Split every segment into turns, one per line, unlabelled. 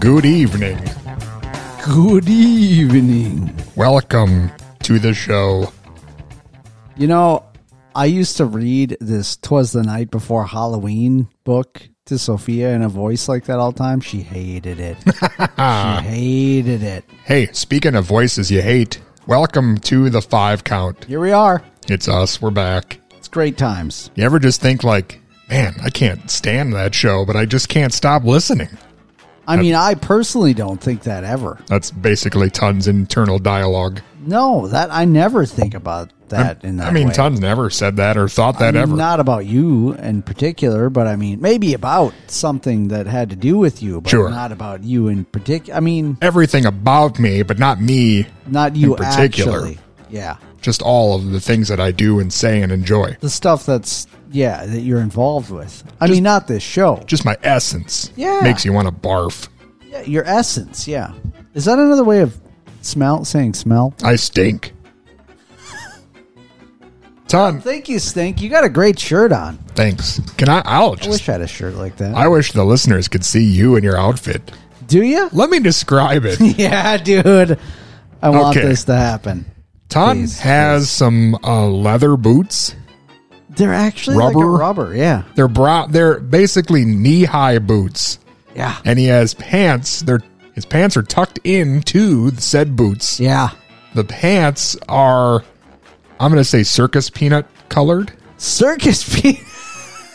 Good evening.
Good evening.
Welcome to the show.
You know, I used to read this Twas the Night Before Halloween book to Sophia in a voice like that all the time. She hated it. she hated it.
Ah. Hey, speaking of voices you hate, welcome to the five count.
Here we are.
It's us, we're back.
It's great times.
You ever just think like, man, I can't stand that show, but I just can't stop listening.
I mean, I personally don't think that ever.
That's basically tons internal dialogue.
No, that I never think about that in that
I mean,
way.
tons never said that or thought that
I mean,
ever.
Not about you in particular, but I mean, maybe about something that had to do with you, but
Sure.
not about you in particular. I mean,
Everything about me, but not me.
not you
particular.
actually. Yeah.
Just all of the things that I do and say and enjoy.
the stuff that's yeah that you're involved with. I mean, not this show.
Just my essence.
Yeah.
Makes you want to barf.
Yeah, your essence. Yeah, is that another way of smell? Saying smell.
I stink. Ton.
Thank you, Stink. You got a great shirt on.
Thanks. Can I? I'll
I
just.
wish I had a shirt like that.
I wish the listeners could see you in your outfit.
Do you?
Let me describe it.
yeah, dude. I want
Okay.
this to happen.
Ton
Please,
has some uh, leather boots.
They're actually like
Rubber?
a rubber. Yeah,
They're bra- They're basically knee-high boots,
yeah,
and he has pants. They're his pants are tucked into the said boots.
yeah.
The pants are, I'm going to say circus peanut colored.
Circus pe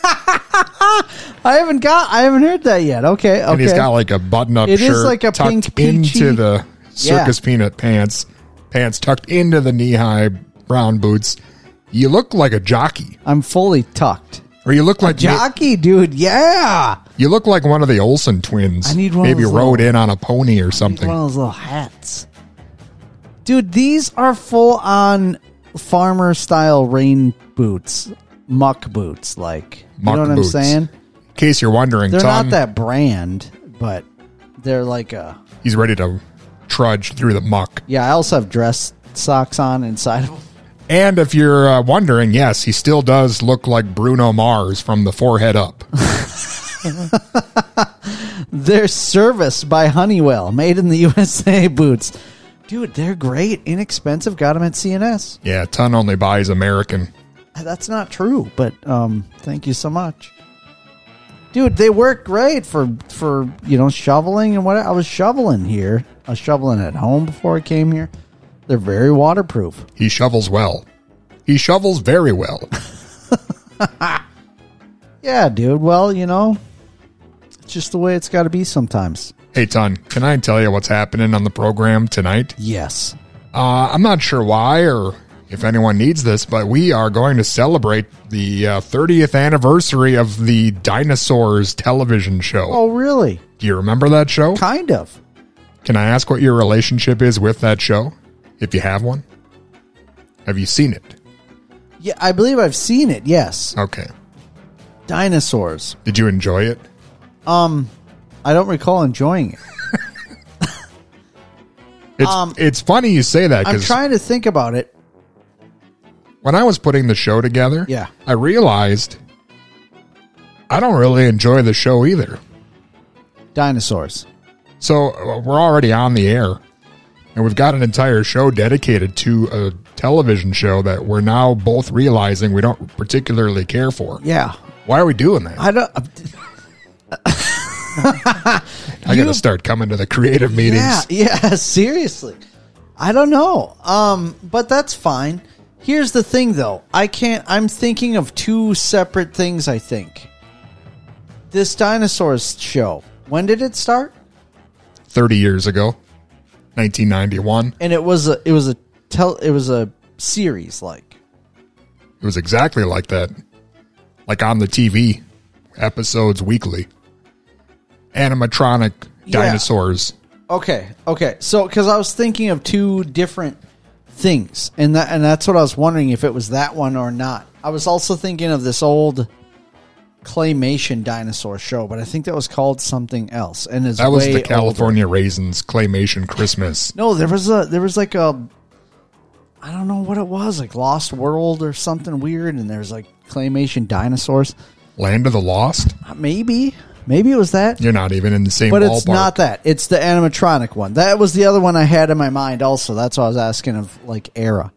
I haven't got. I haven't heard that yet. Okay, okay.
And he's got like a button-up
It is
shirt
like a
tucked
pink peachy-
into the circus peanut pants, pants tucked into the knee-high brown boots. You look like a jockey,
I'm fully tucked.
or you look like
Jockey, dude. Yeah.
you look like one of the Olsen twins.
I need one of
Maybe
those
rode
little-
in on a pony or
One
something.
of those little hats. Dude, these are full on farmer style rain boots, muck boots. Like,
Muck
you know what
boots.
I'm saying?
In case you're wondering,
They're
Tom,
not that brand, but they're like a.
he's ready to trudge through the muck.
Yeah, I also have dress socks on inside of them.
And if you're uh, wondering, yes, he still does look like Bruno Mars from the forehead up.
They're serviced by Honeywell, made in the USA boots. Dude, they're great, inexpensive. Got them at CNS.
yeah, Ton only buys American.
That's not true, but um, thank you so much, dude. They work great for for you know shoveling and what I was shoveling here. I was shoveling at home before I came here. They're very waterproof.
He shovels well. He shovels very well.
Yeah, dude. Well, you know, it's just the way it's got to be sometimes.
hey, Ton, can I tell you what's happening on the program tonight?
Yes.
Uh, I'm not sure why or if anyone needs this, but we are going to celebrate the uh, 30th anniversary of the Dinosaurs television show.
Oh, really?
Do you remember that show?
Kind of.
Can I ask what your relationship is with that show? If you have one? Have you seen it?
Yeah, I believe I've seen it. Yes,
Okay.
dinosaurs.
Did you enjoy it?
Um, I don't recall enjoying it.
It's
Um,
it's funny you say that
I'm
because
trying to think about it.
when I was putting the show together,
Yeah.
I realized I don't really enjoy the show either.
Dinosaurs.
So uh, we're already on the air, and we've got an entire show dedicated to a television show that we're now both realizing we don't particularly care for.
Yeah.
Why are we doing that? I,
I don't.
got to start coming to the creative meetings.
Yeah. Yeah. Seriously. I don't know. Um, but that's fine. Here's the thing, though. I can't. I'm thinking of two separate things. I think. This dinosaurs show. When did it start?
Thirty years ago, nineteen ninety one.
And it was a. It was a tell. It was a series like.
It was exactly like that. Like on the TV, episodes weekly. Animatronic
Yeah.
dinosaurs.
Okay, okay. So, because I was thinking of two different things, and that and that's what I was wondering if it was that one or not. I was also thinking of this old claymation dinosaur show, but I think that was called something else, and it's
That was the
way older.
California Raisins Claymation Christmas.
No, there was a there was like a I don't know what it was, like Lost World or something weird, and there's like claymation dinosaurs.
Land of the Lost?
Uh, Maybe, maybe it was that.
You're not even in the same
But
ballpark.
it's not that. It's the animatronic one. That was the other one I had in my mind also. That's why I was asking of like era.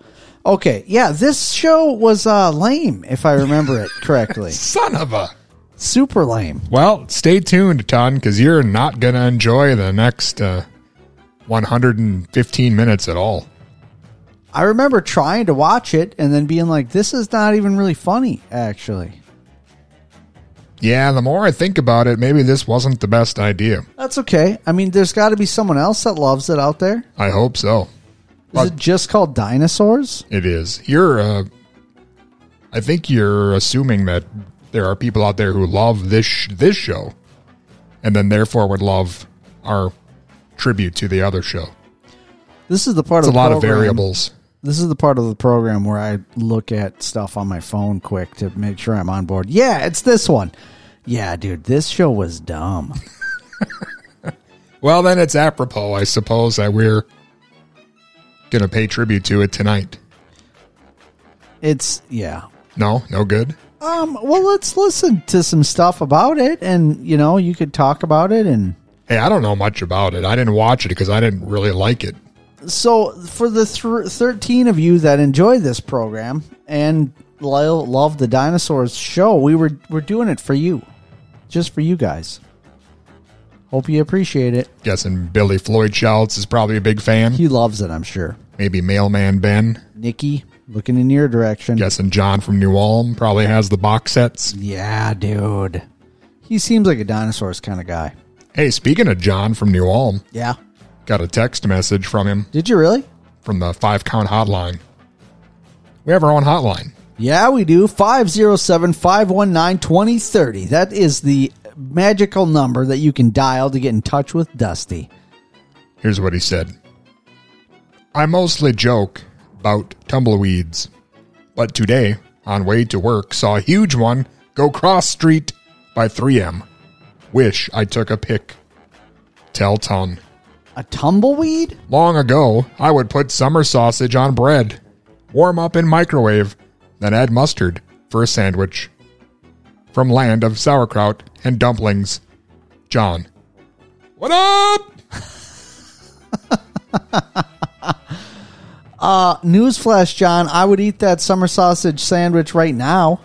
Okay, yeah, this show was uh lame if I remember it correctly.
Son of a.
Super lame.
Well, stay tuned, Ton, because you're not going to enjoy the next uh, 115 minutes at all.
I remember trying to watch it and then being like this is not even really funny actually.
Yeah, the more I think about it, maybe this wasn't the best idea.
That's okay. I mean, there's got to be someone else that loves it out there. Is
I hope so.
it just called Dinosaurs?
It is. You're. Uh, I think you're assuming that there are people out there who love this sh- this show, and then therefore would love our tribute to the other show.
This is the part
It's a
of the
lot of
program-
variables.
This is the part of the program where I look at stuff on my phone quick to make sure I'm on board. Yeah, it's this one. Yeah, dude, this show was dumb.
Well, then it's apropos, I suppose, that we're gonna pay tribute to it tonight.
It's yeah.
No, no good.
Um, well, let's listen to some stuff about it and, you know, you could talk about it and
Hey, I don't know much about it. I didn't watch it because I didn't really like it.
so for the thr 13 of you that enjoy this program and lo- love the dinosaurs show we were we're doing it for you just for you guys hope you appreciate it
Guessing Billy Floyd Schultz is probably a big fan.
he loves it i'm sure
Maybe Mailman Ben.
nikki looking in your direction
Guessing John from New Ulm probably has the box sets.
yeah dude he seems like a dinosaurs kind of guy
Hey, speaking of John from New Ulm,
yeah
got a text message from him
did you really
from the five count hotline. We have our own hotline.
yeah we do 507-519-2030 that is the magical number that you can dial to get in touch with dusty
Here's what he said I mostly joke about tumbleweeds, but today, on way to work, saw a huge one go cross street by 3M. Wish I took a pic. Tell ton.
a tumbleweed
Long ago, I would put summer sausage on bread, warm up in microwave, then add mustard for a sandwich. From land of sauerkraut and dumplings, John. What up?
Uh, Newsflash, John, I would eat that summer sausage sandwich right now.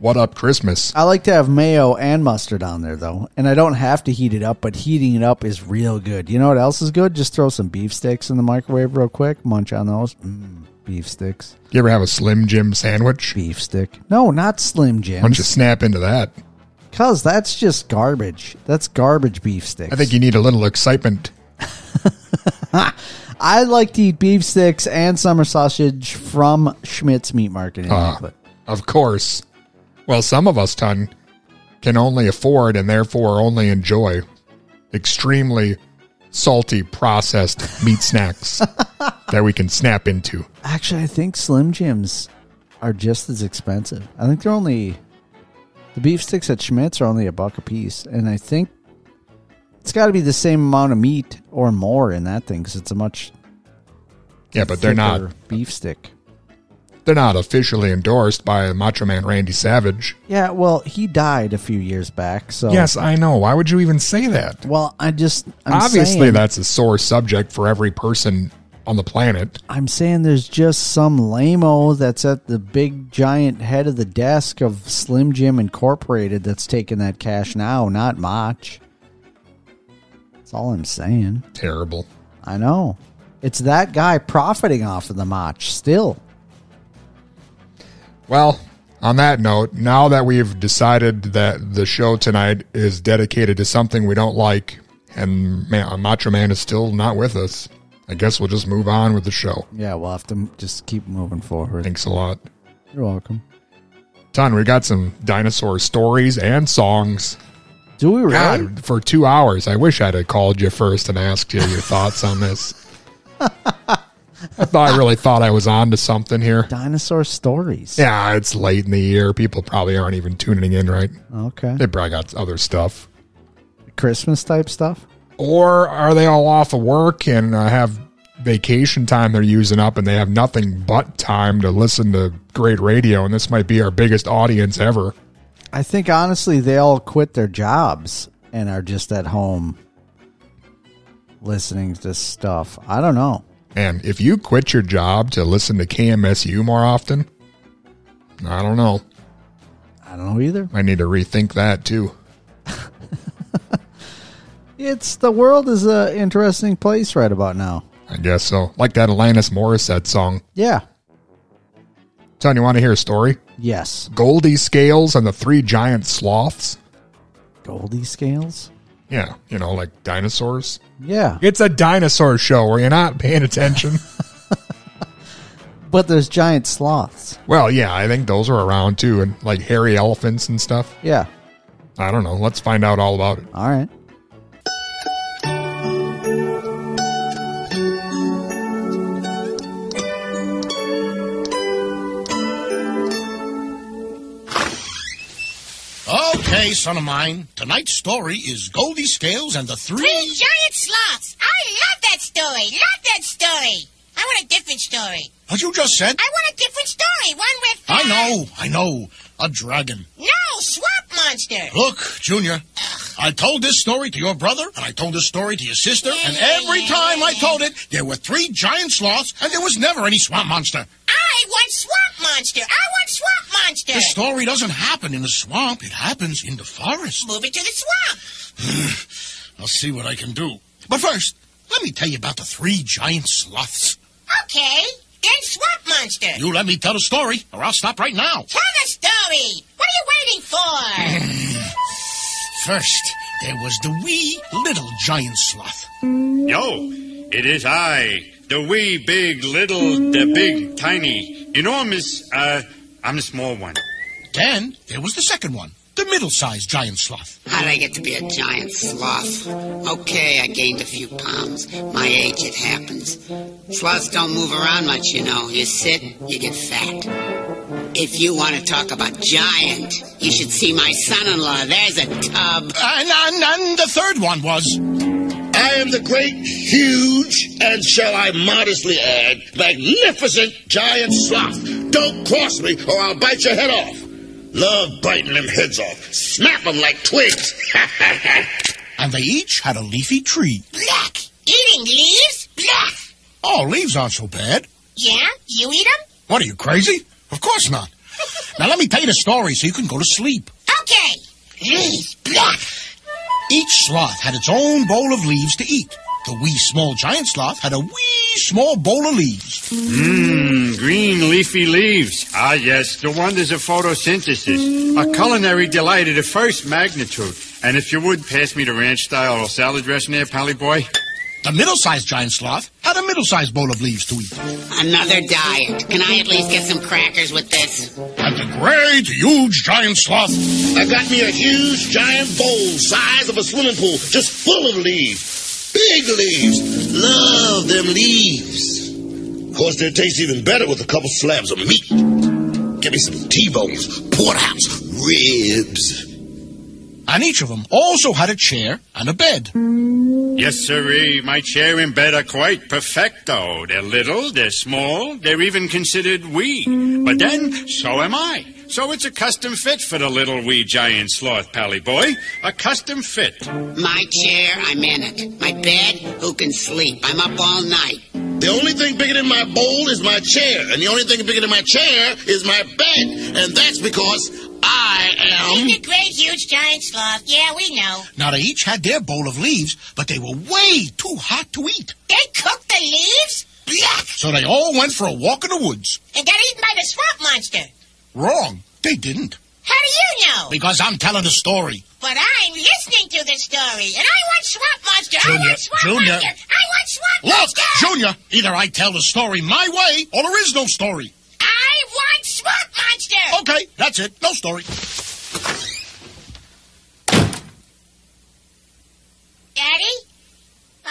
What up, Christmas?
I like to have mayo and mustard on there, though. And I don't have to heat it up, but heating it up is real good. You know what else is good? Just throw some beef sticks in the microwave real quick. Munch on those. Mm, beef sticks.
You ever have a Slim Jim sandwich?
Beef stick. No, not Slim
Why don't you
Jims.
snap into that?
Because that's just garbage. That's garbage beef sticks.
I think you need a little excitement.
I like to eat beef sticks and summer sausage from Schmidt's Meat Market in
Ah.
Maclet.
Uh, Of course. Well, some of us, Ton, can only afford and therefore only enjoy extremely salty processed meat snacks that we can snap into.
Actually, I think Slim Jims are just as expensive. I think they're only the beef sticks at Schmidt's are only a buck a piece, and I think It's got to be the same amount of meat or more in that thing because it's a much
Yeah, but they're not
thicker beef stick.
they're not officially endorsed by Macho Man Randy Savage.
Yeah, well, he died a few years back, so
Yes, I know. Why would you even say that?
Well, I just I'm
Obviously,
saying-
that's a sore subject for every person on the planet.
I'm saying there's just some lameo that's at the big giant head of the desk of Slim Jim Incorporated that's taking that cash now, not Mach. That's all I'm saying.
Terrible.
I know. It's that guy profiting off of the Mach still.
Well, on that note, now that we've decided that the show tonight is dedicated to something we don't like, and man, Macho Man is still not with us, I guess we'll just move on with the show.
Yeah, we'll have to m- just keep moving forward.
Thanks a lot.
You're welcome.
Ton, we got some dinosaur stories and songs.
Do we really?
God, for two hours. I wish I'd have called you first and asked you your thoughts on this. I thought I really thought I was on to something here.
Dinosaur stories.
Yeah, it's late in the year. People probably aren't even tuning in, right?
Okay.
They probably got other stuff.
Christmas type stuff.
Or are they all off of work and uh, have vacation time they're using up and they have nothing but time to listen to great radio? And this might be our biggest audience ever.
I think honestly, they all quit their jobs and are just at home listening to stuff. I don't know.
And if you quit your job to listen to KMSU more often, I don't know.
I don't know either.
I need to rethink that too.
It's the world is a interesting place right about now.
I guess so. Like that Alanis Morissette song.
Yeah.
Tony, you want to hear a story?
Yes.
Goldie Scales and the Three Giant Sloths.
Goldie scales.
Yeah, you know, like dinosaurs.
Yeah.
It's a dinosaur show where you're not paying attention.
But there's giant sloths.
well, yeah, I think those are around too, and like hairy elephants and stuff.
Yeah.
I don't know. Let's find out all about it.
All right.
Okay, son of mine. Tonight's story is Goldie Scales and the
Three
Three.
giant sloths. I love that story. Love that story. I want a different story.
What you just said?
I want a different story. One with. uh,
I know, I know. A dragon.
No, swamp monster.
Look, Junior, I told this story to your brother, and I told this story to your sister, and every time I told it, there were three giant sloths, and there was never any swamp monster.
I want swamp monster. I want swamp monster.
This story doesn't happen in the swamp, it happens in the forest.
Move it to the swamp.
I'll see what I can do. But first, let me tell you about the three giant sloths.
Okay. Then swamp monster.
You let me tell the story, or I'll stop right now.
Tell the story. What are you waiting for?
First, there was the wee little giant sloth.
Yo, it is I, the wee, big, little, the big, tiny, enormous, uh, I'm the small one.
Then there was the second one, the middle-sized giant sloth.
How'd I get to be a giant sloth? Okay, I gained a few pounds. My age, it happens. Sloths don't move around much, you know. You sit, you get fat. If you want to talk about giant, you should see my son in law. There's a tub.
And, and, and the third one was.
I am the great, huge, and shall I modestly add, magnificent giant sloth. Don't cross me or I'll bite your head off. Love biting them heads off. Snap them like twigs.
And they each had a leafy tree.
Black. Eating leaves? Black.
Oh, leaves aren't so bad.
Yeah? You eat them?
What are you, crazy? Of course not. now let me tell you the story so you can go to sleep.
Okay. Leaves. Black.
Each sloth had its own bowl of leaves to eat. The wee small giant sloth had a wee small bowl of leaves.
Mmm, green leafy leaves. Ah, yes, the wonders of photosynthesis. A culinary delight of the first magnitude. And if you would, pass me the ranch style or salad dressing there, Pally Boy.
The middle-sized giant sloth had a middle-sized bowl of leaves to eat.
Another diet. Can I at least get some crackers with this?
And the great, huge giant sloth
I got me a huge, giant bowl, size of a swimming pool, just full of leaves. Big leaves. Love them leaves. Of course, they taste even better with a couple slabs of meat. Give me some T-bones, porterhouse, ribs.
and each of them also had a chair and a bed.
Yes, sirree. My chair and bed are quite perfecto. They're little, they're small, they're even considered wee. But then, so am I. So it's a custom fit for the little wee giant sloth, pally boy. A custom fit.
My chair, I'm in it. My bed, who can sleep? I'm up all night.
The only thing bigger than my bowl is my chair, and the only thing bigger than my chair is my bed, and that's because I am.
He's a great, huge, giant sloth. Yeah, we know.
Now they each had their bowl of leaves, but they were way too hot to eat.
They cook the leaves? Yuck!
So they all went for a walk in the woods.
And got eaten by the swamp monster.
Wrong. They didn't.
How do you know?
Because I'm telling the story.
But I'm listening to the story, and I want Swamp Monster. I
Junior,
want Swamp
Junior.
Monster. I want Swamp
Look,
Monster.
Junior, either I tell the story my way or there is no story.
I want Swamp Monster.
Okay, that's it. No story.
Daddy,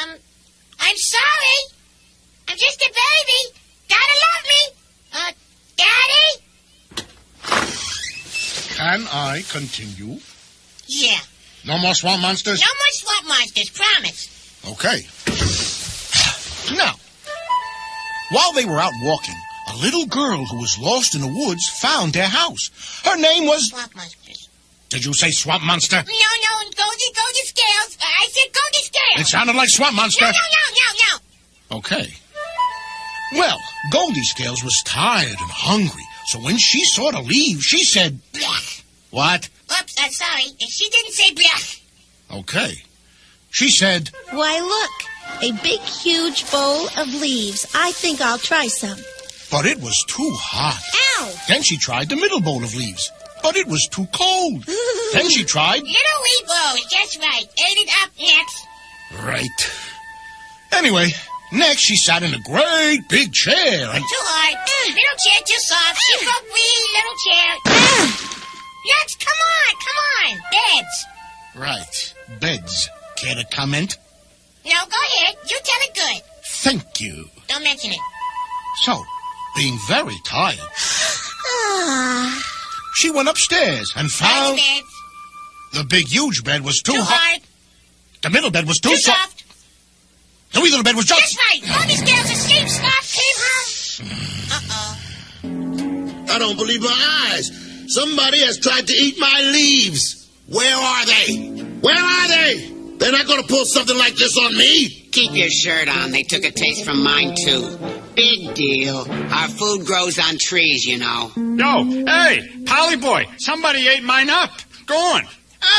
um, I'm sorry. I'm just a baby. Gotta love me. Uh, Daddy.
Can I continue?
Yeah.
No more swamp monsters?
No more Swamp Monsters. Promise.
Okay. Now, while they were out walking, a little girl who was lost in the woods found their house. Her name was.
Swamp Monsters.
Did you say swamp monster?
No, no, go to go to scales. Uh, I said go to
It
scales.
sounded like swamp monster.
No, no, no, no, no.
Okay. Well, Goldie Scales was tired and hungry, so when she saw the leaves, she said, "Blech." What?
Oops, I'm sorry. She didn't say blech.
Okay. She said,
Why, look, a big, huge bowl of leaves. I think I'll try some.
but it was too hot.
Ow!
Then she tried the middle bowl of leaves, but it was too cold. then she tried.
Little wee bow, just right. Ate it up next.
Right. Anyway, next she sat in a great big chair and.
Too hard.
Mm.
Little chair too soft. She broke wee little chair.
Mm.
Nuts, come on, come on. Beds.
Right. Beds. Care to comment?
No, go ahead. You tell it good.
Thank you.
Don't mention it.
So, being very tired, she went upstairs and
Nice
found.
beds.
The big, huge bed was too,
Too
hot.
hard.
The middle bed was too,
Too
soft.
soft.
The wee little bed was
That's
just.
right. All these girls asleep. Stop. Came home.
Mm.
Uh-oh.
I don't believe my eyes. Somebody has tried to eat my leaves. Where are they? Where are they? They're not going to pull something like this on me.
Keep your shirt on. They took a taste from mine, too. Big deal. Our food grows on trees, you know.
Yo, hey, pally boy, somebody ate mine up. Go on,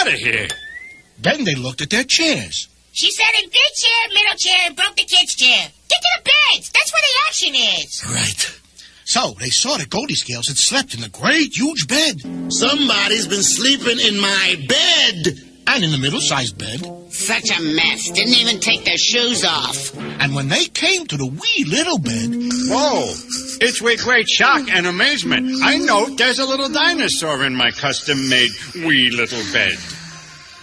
out of here.
Then they looked at their chairs.
She sat in big chair, middle chair, and broke the kid's chair. Get to the beds. That's where the action is.
Right. So they saw that Goldie Scales had slept in the great, huge bed.
Somebody's been sleeping in my bed.
And in the middle sized bed.
Such a mess. Didn't even take their shoes off.
And when they came to the wee little bed,
Whoa! It's with great shock and amazement. I note there's a little dinosaur in my custom made wee little bed.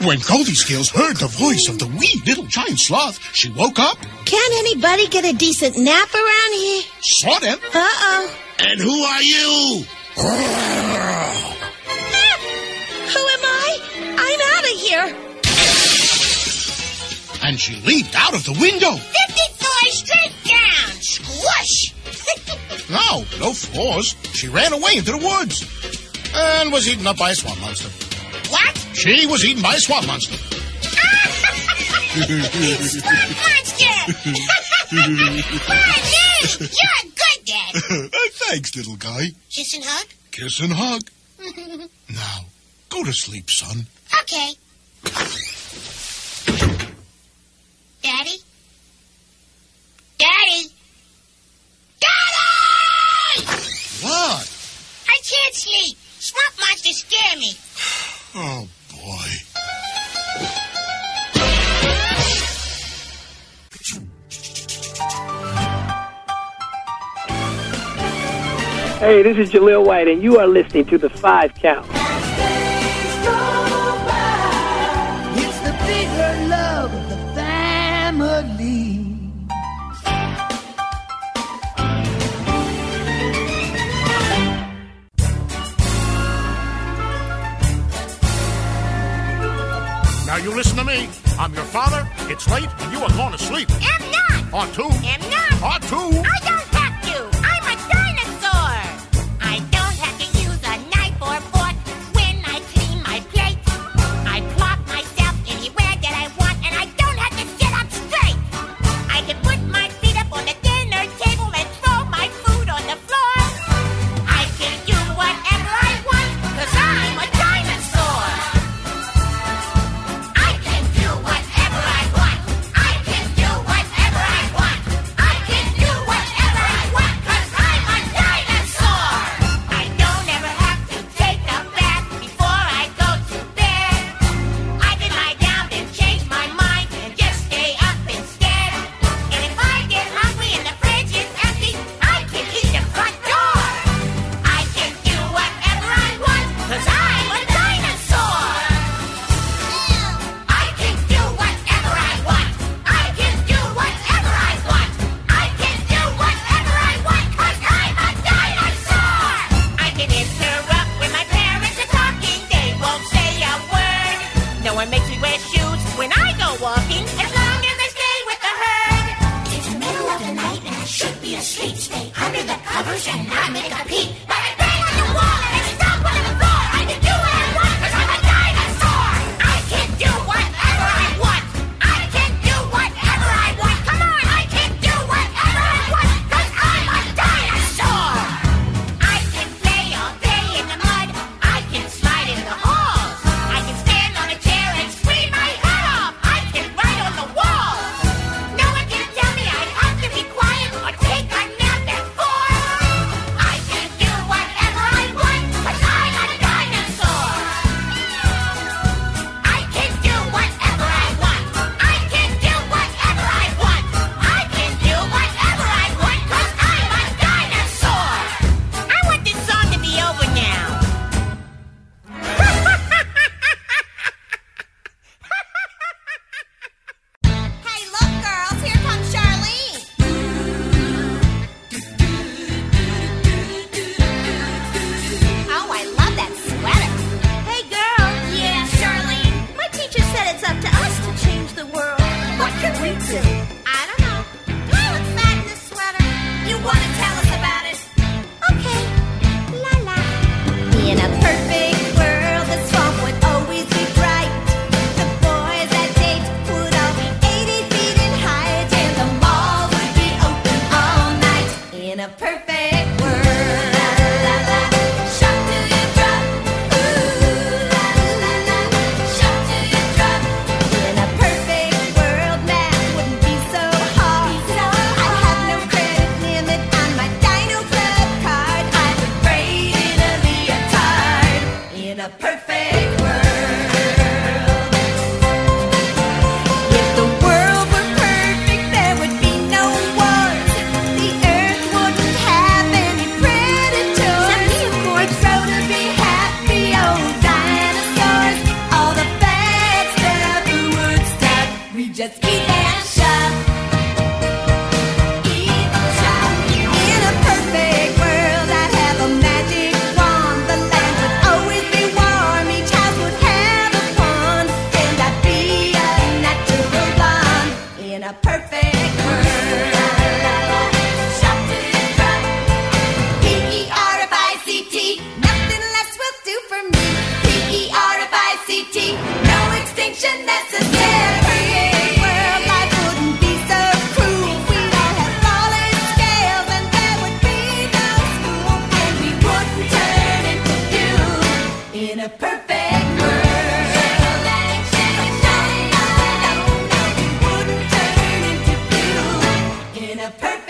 when Goldie Scales heard the voice of the wee little giant sloth, she woke up,
Can anybody get a decent nap around here?
saw them,
Uh oh.
And who are you?
Ah! Who am I? I'm out of here.
and she leaped out of the window.
54 straight down. Squish.
No, no floors. She ran away into the woods. And was eaten up by a swamp monster.
what?
She was eaten by a swamp monster.
Swamp monster. My name. You're good, Dad.
Thanks, little guy.
Kiss and hug?
Kiss and hug. now, go to sleep, son.
Okay. Daddy? Daddy? Daddy!
What?
I can't sleep. Swamp monsters scare me.
Oh, boy.
Hey, this is Jaleel White, and you are listening to The Five Count.
It's the bigger love of the family.
me. I'm your father. It's late, and you are long asleep.
Am not.
Ought to.
Am not.
Ought to.
I don't have to. I'm a dinosaur. I don't have to use a knife or fork when I clean my plate. I plop myself anywhere that I want, and I don't have to sit up straight. I can put my feet up on the dinner table and throw my food on the floor. I can do whatever I want, cause I'm a dinosaur. I can do whatever I want. I can do whatever I want. I can do whatever I want, cause I'm a dinosaur. I don't ever have to take a bath before I go to bed. I can lie down and change my mind and just stay up instead. And if I get hungry and the fridge is empty, I can eat the front door. I can do whatever I want, cause I'm a dinosaur. I can do whatever I want. I can do whatever I want. I can do whatever I want, cause I'm a dinosaur. I can interrupt when my parents are talking, they won't say a word. No one makes me wear shoes when I go walking, as long as I stay with the herd. It's the middle of the night and I should be asleep. Stay under the covers and not make a peep. But I bang on the wall and I stomp on the floor. I can do what I want because I'm a dinosaur. I can do whatever I want. I can do whatever I want. Come on, I can do whatever I want because I'm a dinosaur. I can play all day in the mud. I can slide in the halls. I can stand on a chair and scream my head off. I can write on the walls. No one can tell me I have to be quiet or take a nap at four. I can do whatever I want, cause I'm a dinosaur. I can do whatever I want. I can do whatever I want. I can do whatever I want, cause I'm a dinosaur. I want this song to be over now. Hey, look, girls, here comes Charlene. Oh, I love that sweater. Hey, girl. Yeah, Charlene. My teacher said it's up to us to change the world. What can we do? I don't know. Do I look fat in this sweater? You want to tell us about it? Okay. La la. In a perfect world, the swamp would always be bright. The boys at date would all be 80 feet in height, and the mall would be open all night. In a perfect world. La la la. Shop till you drop. Ooh la la la. Shop till you drop. In a perfect world, math wouldn't be so hard. I'd have no credit limit on my Dino Club card. I'd be braid in a leotard. In a perfect world. If the world were perfect, there would be no wars. The earth wouldn't have any predators. We'd grow to be happy old dinosaurs. All the bad stuff would stop. We just eat and shop. Eat and shop. In a perfect world, I'd have a magic wand. The land would always be warm. Each house would have a pond, and I'd be a natural blonde. In a perfect world. Shop to the drop. P-E-R-F-I-C-T, nothing less will do for me. E P-E-R-F-I-C-T, no extinction necessary. Perfect world, life wouldn't be so cruel. We'd all have fallen scales and there would be no school. And we wouldn't turn into doom in a perfect world. In a perfect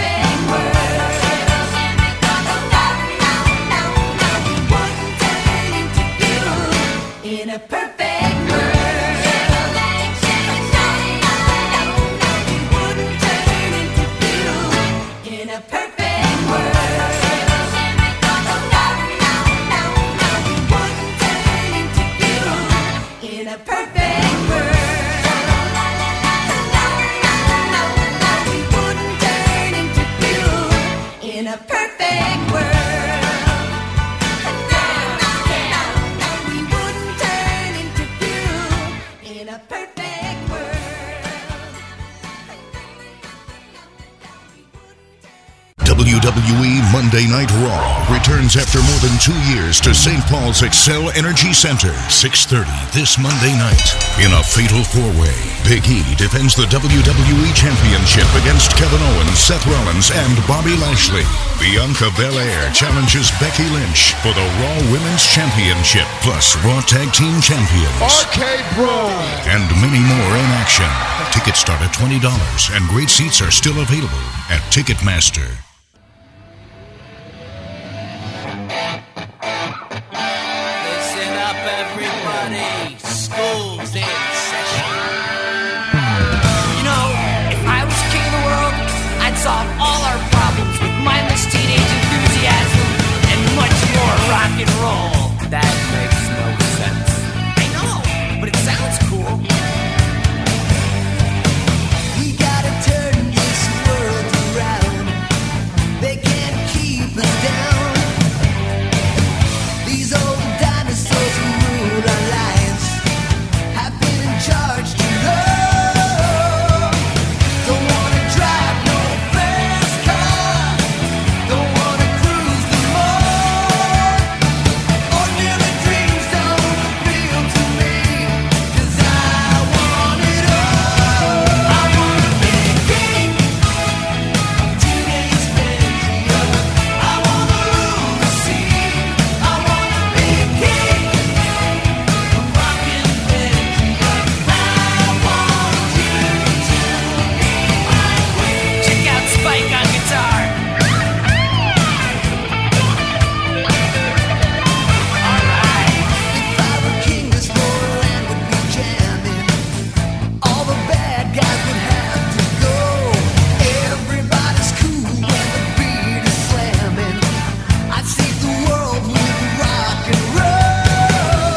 WWE E Monday Night Raw returns after more than two years to St. Paul's Excel Energy Center, 6.30 this Monday night. In a fatal four-way, Big E defends the WWE Championship against Kevin Owens, Seth Rollins, and Bobby Lashley. Bianca Belair challenges Becky Lynch for the Raw Women's Championship, plus Raw Tag Team Champions.
Arcade Bro!
And many more in action. Tickets start at $20, and great seats are still available at Ticketmaster.
Listen up, everybody. School's in session. You know, if I was king of the world, I'd solve all our problems with mindless teenage enthusiasm and much more rock and roll. That makes no sense. I know, but it sounds cool. We gotta turn this world around. They can't keep us down. These old dinosaurs who ruled our lives have been in charge too long. Don't wanna drive no fast car. Don't wanna cruise no more. Ordinary dreams don't appeal to me 'cause I want it all. I wanna be king, teenage fantasy. I wanna rule the sea. I wanna be king. Check out Spike on guitar. Alright. If I were king, this whole land would be jamming. All the bad guys would have to go. Everybody's cool when the beat is slamming. I'd save the world with rock and roll.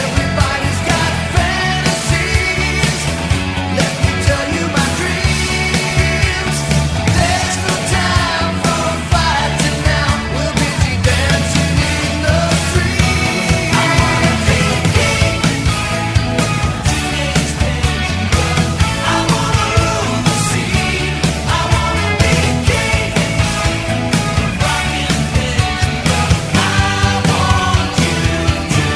Everybody's got fantasies. Let me tell you my dreams. There's no time for fighting now. We'll be dancing in the street. I wanna be king. Teenage fantasy. I wanna rule the sea. I wanna be king. Rockin' I want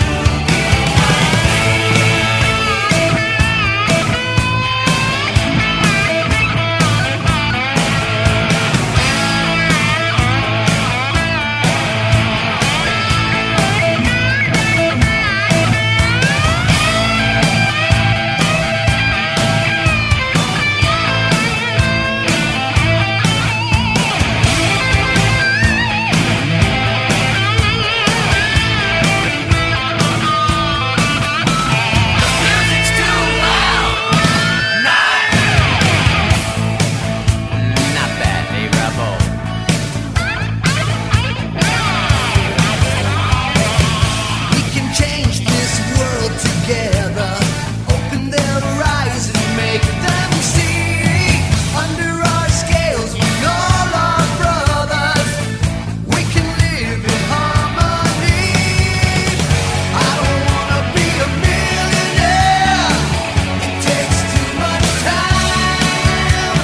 Music's too loud. Not. Not bad, eh, Rebel? We can change this world together. Open their eyes and make them see. Under our scales, we all are brothers. We can live in harmony. I don't wanna be a millionaire. It takes too much time.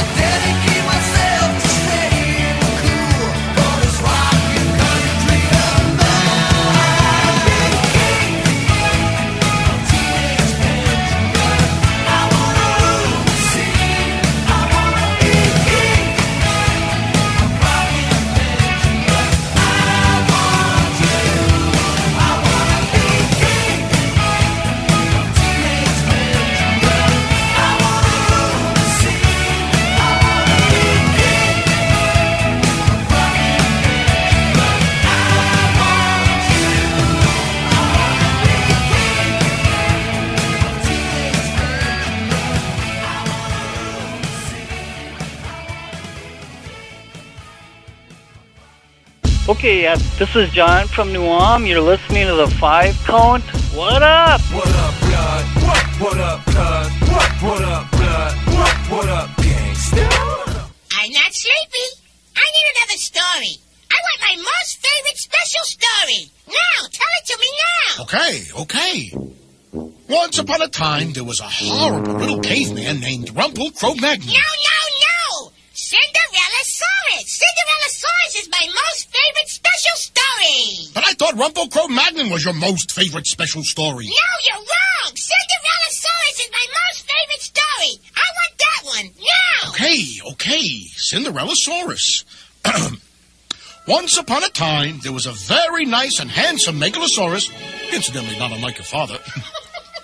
I dedicate myself to staying cool for this rockin' country of mine. I wanna be king, teenage fantasy. I wanna rule the sea. I wanna be king, rockin' fantasy. I want you. I wanna be king.
Okay, uh, this is John from New Ulm. You're listening to the Five Count. What up?
What up, blood? What, what up, blood? What, what up, blood? What, what up, gangsta?
I'm not sleepy. I need another story. I want my most favorite special story. Now, tell it to me now.
Okay, okay. Once upon a time, there was a horrible little caveman named Rumple Cro-Magnon.
No, no, no! Cinderella
Cinderella Cinderellasaurus is my most favorite special story!
But I thought Rumple Crow Magnum was your most favorite special story.
No, you're wrong! Cinderellasaurus is my most favorite story! I want that one! Now!
Okay, okay. Cinderellasaurus. Once upon a time, there was a very nice and handsome Megalosaurus, incidentally not unlike your father.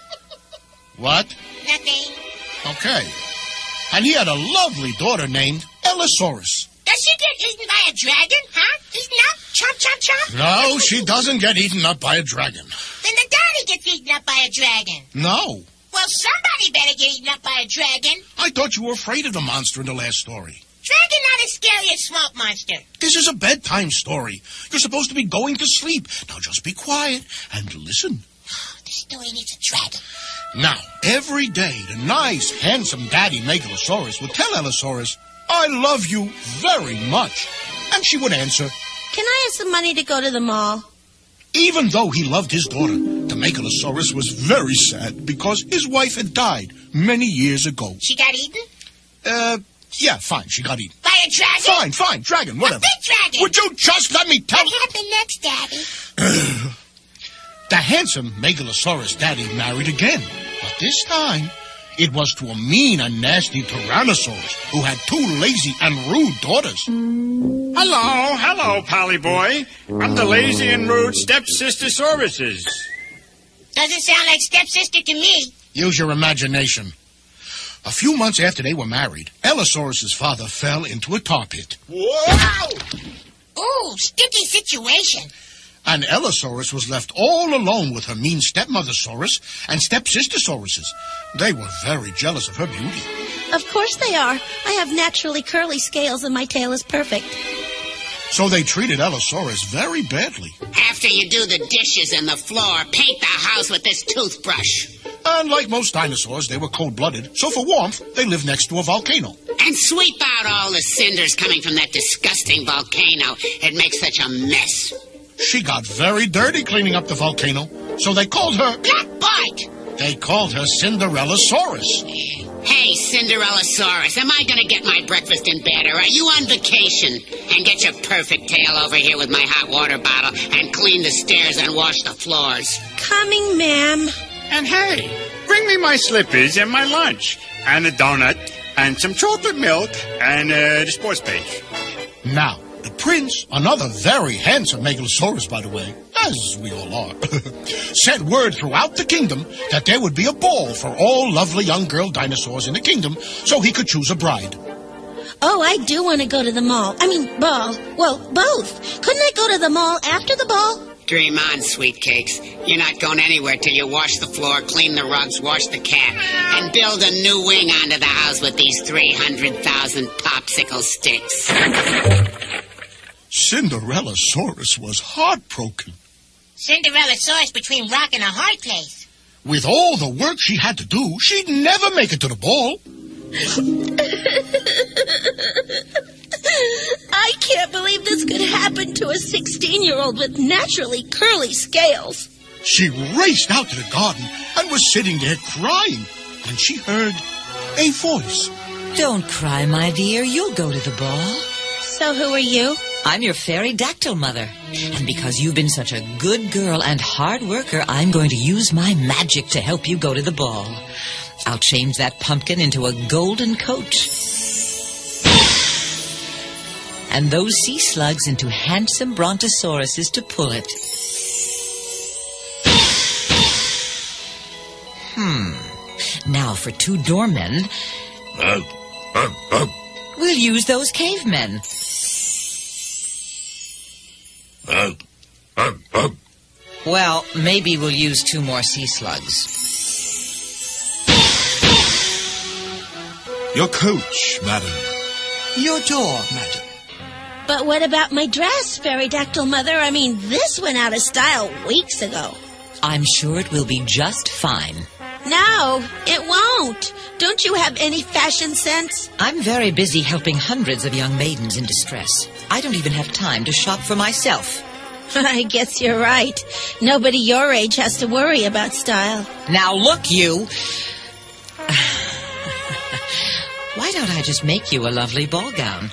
what?
Nothing.
Okay. And he had a lovely daughter named Ellosaurus.
Does she get eaten by a dragon, huh? Eaten up? Chop, chop, chop?
No, she doesn't get eaten up by a dragon.
Then the daddy gets eaten up by a dragon.
No.
Well, somebody better get eaten up by a dragon.
I thought you were afraid of the monster in the last story.
Dragon not as scary as swamp monster.
This is a bedtime story. You're supposed to be going to sleep. Now just be quiet and listen.
This story needs a dragon.
Now, every day, the nice, handsome daddy Megalosaurus would tell Ellosaurus, I love you very much. And she would answer,
Can I have some money to go to the mall?
Even though he loved his daughter, the Megalosaurus was very sad because his wife had died many years ago.
She got eaten
Uh, yeah, fine, she got eaten.
by a dragon?
Fine, fine, dragon,
A
whatever.
big dragon.
Would you just let me tell
What happened next, daddy?
The handsome Megalosaurus daddy married again, but this time it was to a mean and nasty Tyrannosaurus who had two lazy and rude daughters.
Hello,
Oh,
hello, Polly Boy. I'm the lazy and rude stepsister Services.
Doesn't sound like stepsister to me.
Use your imagination. A few months after they were married, Ellosaurus's father fell into a tar pit,
Wow! Ooh, sticky situation.
and Ellosaurus was left all alone with her mean stepmothersaurus and stepsistersauruses. They were very jealous of her beauty.
Of course they are. I have naturally curly scales and my tail is perfect.
So they treated Ellosaurus very badly.
After you do the dishes and the floor, paint the house with this toothbrush.
And like most dinosaurs, they were cold-blooded, so for warmth, they lived next to a volcano.
And sweep out all the cinders coming from that disgusting volcano. It makes such a mess.
She got very dirty cleaning up the volcano, so they called her...
Black bite!
They called her Cinderellasaurus.
Hey, Cinderellasaurus, am I gonna get my breakfast in bed, or are you on vacation? And get your perfect tail over here with my hot water bottle and clean the stairs and wash the floors.
Coming, ma'am.
And hey, bring me my slippers and my lunch, and a donut, and some chocolate milk, and uh, the sports page.
Now, the prince, another very handsome Megalosaurus, by the way, as we all are, sent word throughout the kingdom that there would be a ball for all lovely young girl dinosaurs in the kingdom so he could choose a bride.
Oh, I do want to go to the mall. I mean, ball. Well, both. Couldn't I go to the mall after the ball?
Dream on, sweetcakes. You're not going anywhere till you wash the floor, clean the rugs, wash the cat, and build a new wing onto the house with these 300,000 popsicle sticks.
Cinderellasaurus was heartbroken.
Cinderella sauce between rock and a hard place.
With all the work she had to do, she'd never make it to the ball.
I can't believe this could happen to a 16 year old with naturally curly scales.
She raced out to the garden and was sitting there crying when she heard a voice.
Don't cry, my dear. You'll go to the ball.
So who are you?
I'm your fairy dactyl mother. And because you've been such a good girl and hard worker, I'm going to use my magic to help you go to the ball. I'll change that pumpkin into a golden coat. And those sea slugs into handsome brontosauruses to pull it. Hmm. Now for two doormen, we'll use those cavemen. Well, maybe we'll use two more sea slugs.
Your coach, madam. Your door, madam.
But what about my dress, fairy dactyl mother? I mean, this went out of style weeks ago.
I'm sure it will be just fine.
No, it won't. Don't you have any fashion sense?
I'm very busy helping hundreds of young maidens in distress. I don't even have time to shop for myself.
I guess you're right. Nobody your age has to worry about style.
Now look, you. Why don't I just make you a lovely ball gown?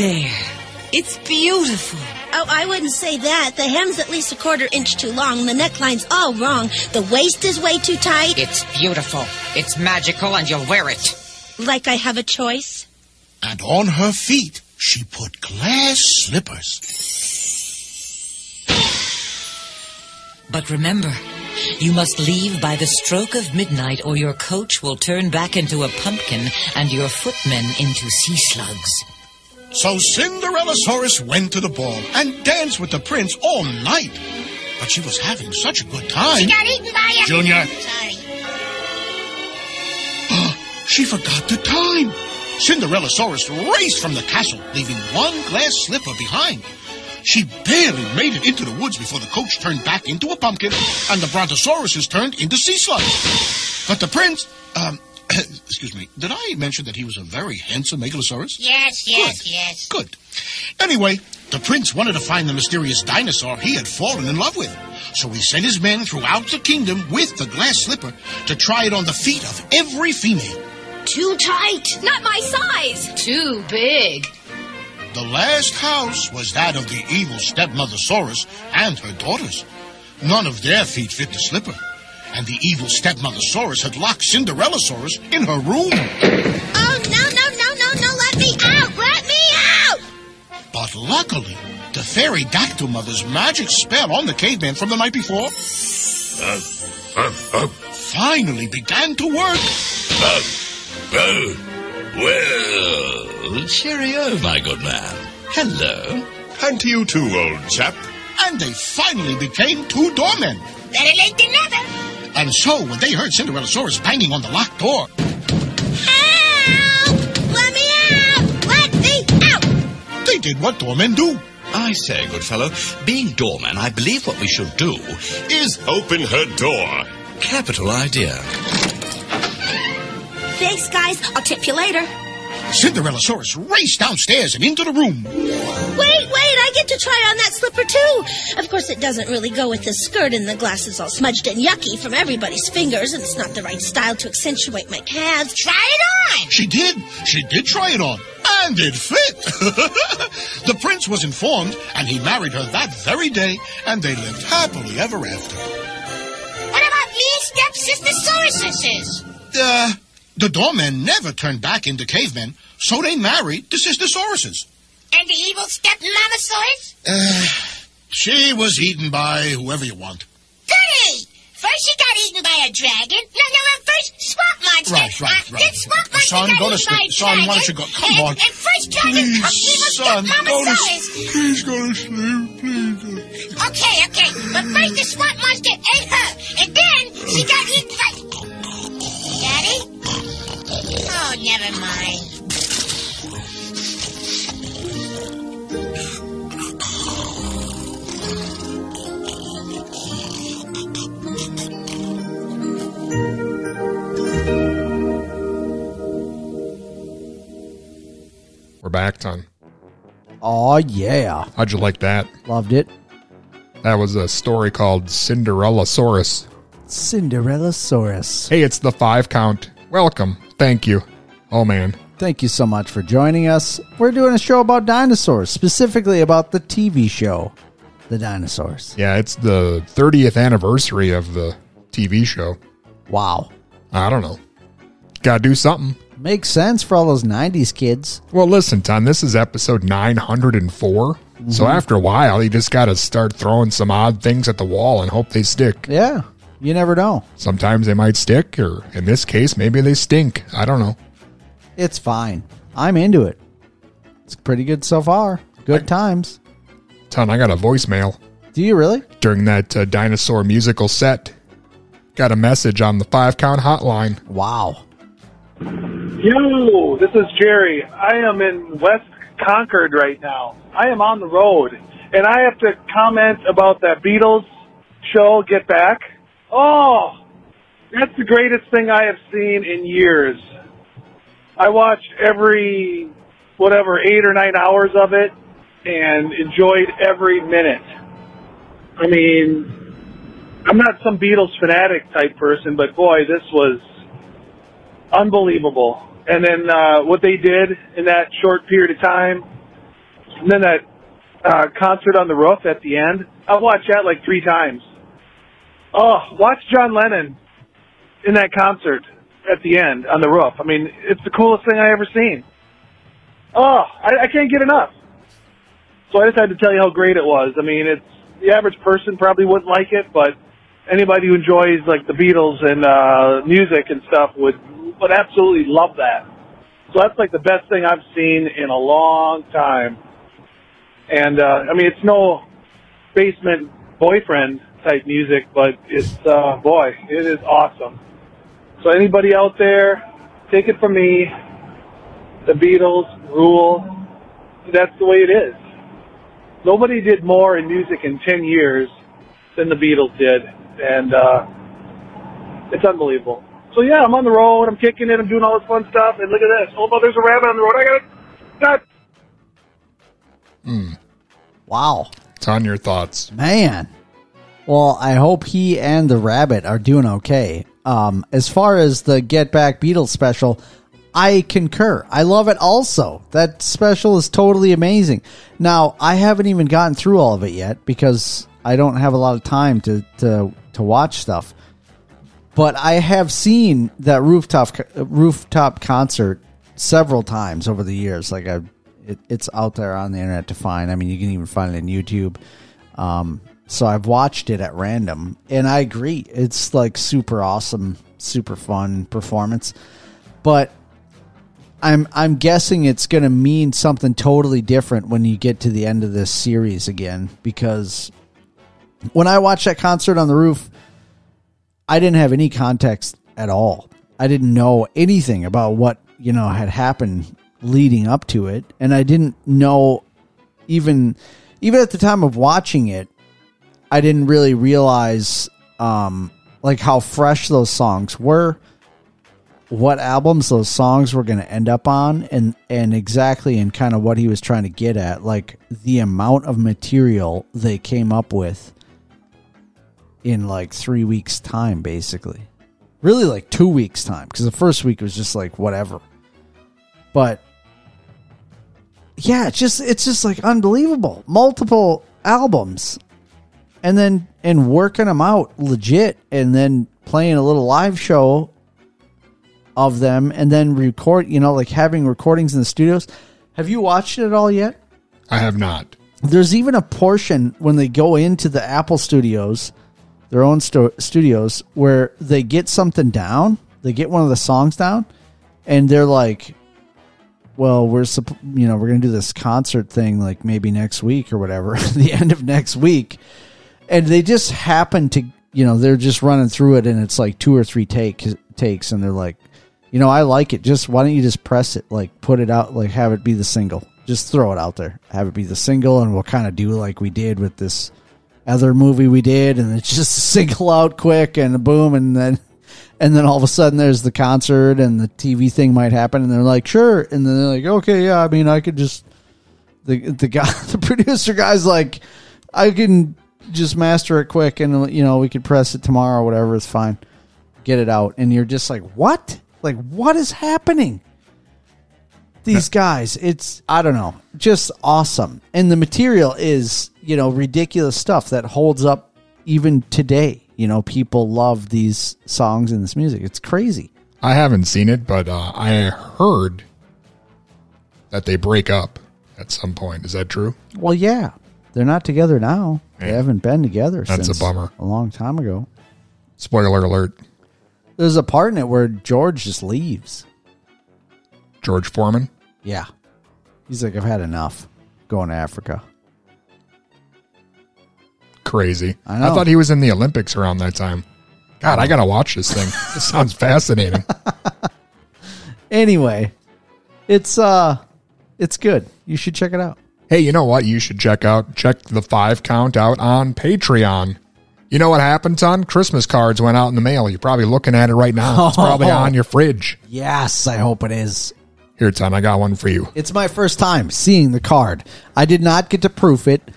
There. It's beautiful.
Oh, I wouldn't say that. The hem's at least a quarter inch too long. The neckline's all wrong. The waist is way too tight.
It's beautiful. It's magical, and you'll wear it.
Like I have a choice.
And on her feet, she put glass slippers.
But remember, you must leave by the stroke of midnight, or your coach will turn back into a pumpkin and your footmen into sea slugs.
So Cinderella Saurus went to the ball and danced with the prince all night. But she was having such a good time.
She got eaten by a
Junior.
Sorry.
Ah, She forgot the time. Cinderella Saurus raced from the castle, leaving one glass slipper behind. She barely made it into the woods before the coach turned back into a pumpkin and the brontosauruses turned into sea slugs. But the prince, um, excuse me, did I mention that he was a very handsome megalosaurus?
Yes, yes, yes.
Good. Anyway, the prince wanted to find the mysterious dinosaur he had fallen in love with. So he sent his men throughout the kingdom with the glass slipper to try it on the feet of every female.
Too tight. Not my size. Too big.
The last house was that of the evil stepmother Saurus and her daughters. None of their feet fit the slipper. And the evil stepmother Saurus had locked Cinderella Saurus in her room.
Oh, no, no, no, no, no. Let me out. Let me out.
But luckily, the fairy Dactyl Mother's magic spell on the caveman from the night before finally began to work.
Well, cheerio, my good man. Hello. And to you too, old chap.
And they finally became two doormen.
Better late than never.
And so, when they heard Cinderella Saurus banging on the locked door,
Let me out. Let me out.
they did what doormen do.
I say, good fellow, being doorman, I believe what we should do is open her door. Capital idea.
Thanks, guys. I'll tip you later.
Cinderella Saurus raced downstairs and into the room.
Wait, wait. I get to try on that slipper, too. Of course, it doesn't really go with this skirt, and the glass is all smudged and yucky from everybody's fingers, and it's not the right style to accentuate my calves. Try it on.
She did. She did try it on. And it fit. the prince was informed, and he married her that very day, and they lived happily ever after.
What about me stepsister Sauruses?
Uh, the doormen never turned back into cavemen, so they married the sister sauruses.
And the evil stepmama Saurus?
Uh, she was eaten by whoever you want.
Goody! First she got eaten by a dragon. No, no, well, first Swamp Monster.
Right, right,
Uh,
right.
Then Swamp Monster
Son,
got
go to
eaten by a
sleep. Son, why
dragon.
don't you go- come
and,
on.
And first dragon
Please,
cooked evil
son,
stepmama
go to
Saurus.
Please go to sleep, please.
Okay, okay. But first the Swamp Monster ate her. And then she got eaten by... Daddy? Oh, never mind.
We're back, Ton.
Oh yeah,
How'd you like that?
loved it.
That was a story called Cinderella Saurus.
Cinderella Saurus.
Hey, it's the five count. Welcome. Thank you. Oh, man.
Thank you so much for joining us. We're doing a show about dinosaurs, specifically about the TV show, The Dinosaurs.
Yeah, it's the 30th anniversary of the TV show.
Wow.
I don't know. Gotta do something.
Makes sense for all those 90s kids.
Well, listen, Tom, this is episode 904. So
Mm-hmm.
after a while, you just gotta start throwing some odd things at the wall and hope they stick.
Yeah, you never know.
Sometimes they might stick, or in this case, maybe they stink. I don't know.
It's fine. I'm into it. It's pretty good so far. Good times.
Ton, I got a voicemail.
Do you really?
during that uh, dinosaur musical set. Got a message on the five count hotline.
Wow.
Yo, this is Jerry. I am in West Concord right now. I am on the road, and I have to comment about that Beatles show, Get Back. Oh, that's the greatest thing I have seen in years. I watch every, whatever, eight or nine hours of it and enjoyed every minute. I mean, I'm not some Beatles fanatic type person, but boy, this was unbelievable. And then uh, what they did in that short period of time and then that uh, concert on the roof at the end. I've watched that like three times. Oh, watch John Lennon in that concert at the end on the roof. I mean, it's the coolest thing I ever seen. Oh, I, I can't get enough. So I just had to tell you how great it was. I mean, it's the average person probably wouldn't like it, but anybody who enjoys like the Beatles and uh, music and stuff would would absolutely love that. So that's like the best thing I've seen in a long time. And uh, I mean, it's no basement boyfriend type music, but it's uh, boy, it is awesome. So anybody out there, take it from me. The Beatles rule. That's the way it is. Nobody did more in music in 10 years than the Beatles did. And uh, it's unbelievable. So yeah, I'm on the road. I'm kicking it. I'm doing all this fun stuff. And look at this. Oh, but there's a rabbit on the road. I got it. Got it.
Mm. Wow.
It's on your thoughts.
Man. Well, I hope he and the rabbit are doing okay. Um, as far as the Get Back Beatles special, I concur. I love it also. That special is totally amazing. Now, I haven't even gotten through all of it yet because I don't have a lot of time to, to, to watch stuff. But I have seen that rooftop rooftop concert several times over the years. Like I, it, it's out there on the internet to find. I mean, you can even find it on YouTube. Um, so I've watched it at random, and I agree. It's like super awesome, super fun performance. But I'm I'm guessing it's going to mean something totally different when you get to the end of this series again because when I watched that concert on the roof, I didn't have any context at all. I didn't know anything about what, you know, had happened leading up to it. And I didn't know even even at the time of watching it, I didn't really realize um like how fresh those songs were, what albums those songs were gonna end up on and and exactly and kind of what he was trying to get at. Like the amount of material they came up with in like three weeks' time, basically. Really, like two weeks' time, because the first week was just like whatever. But yeah, it's just it's just like unbelievable. Multiple albums, and then and working them out legit, and then playing a little live show of them, and then record. You know, like having recordings in the studios. Have you watched it at all yet?
I have not.
There's even a portion when they go into the Apple Studios, their own stu- studios, where they get something down. They get one of the songs down, and they're like, "Well, we're supp- you know we're gonna do this concert thing like maybe next week or whatever, the end of next week," and they just happen to you know they're just running through it, and it's like two or three take takes, and they're like, "You know, I like it. Just why don't you just press it? Like put it out. Like have it be the single." Just throw it out there. Have it be the single, and we'll kind of do like we did with this other movie we did and it's just a single out quick and boom and then and then all of a sudden there's the concert and the TV thing might happen and they're like sure and then they're like okay yeah I mean I could just the the guy the producer guy's like I can just master it quick and you know we could press it tomorrow whatever it's fine get it out and you're just like what like what is happening these guys it's i don't know just awesome and the material is you know ridiculous stuff that holds up even today you know people love these songs and this music it's crazy
I haven't seen it, but uh, I heard that they break up at some point. Is that true?
well yeah they're not together now they haven't been together
That's a
since
bummer.
a long time ago
Spoiler alert.
there's a part in it where george just leaves
George Foreman.
yeah he's like i've had enough going to africa
Crazy.
I know.
thought he was in the Olympics around that time. God, I got to watch this thing. this sounds fascinating.
anyway it's uh it's good you should check it out
Hey, you know what you should check out? Check the five count out on Patreon. You know what happened, son? Christmas cards went out in the mail. You're probably looking at it right now. It's probably on your fridge.
Yes, I hope it is.
Here, son, I got one for you.
It's my first time seeing the card. I did not get to proof it.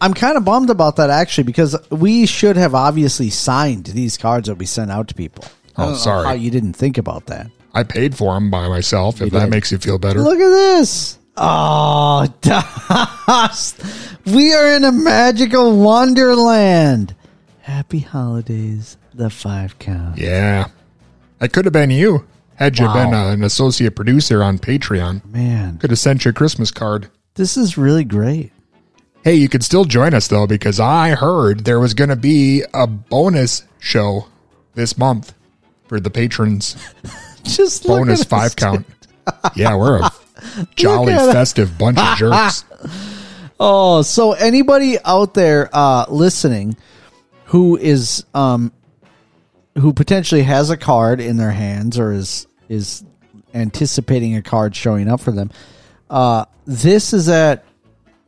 I'm kind of bummed about that actually because we should have obviously signed these cards that we sent out to people. I
Oh,
don't know
sorry.
how you didn't think about that.
I paid for them by myself, if
You
that
did.
makes you feel better.
Look at this. Oh, Dust. We are in a magical wonderland. Happy holidays, the five count.
Yeah. That could have been you had you
Wow.
been uh, an associate producer on Patreon.
Man.
Could have sent you a Christmas card.
This is really great.
Hey, you could still join us though, because I heard there was going to be a bonus show this month for the patrons.
Just look
bonus
at us,
five count. yeah, we're a jolly
at us.
festive bunch of jerks.
Oh, so anybody out there uh, listening who is um, who potentially has a card in their hands or is is anticipating a card showing up for them, uh, this is at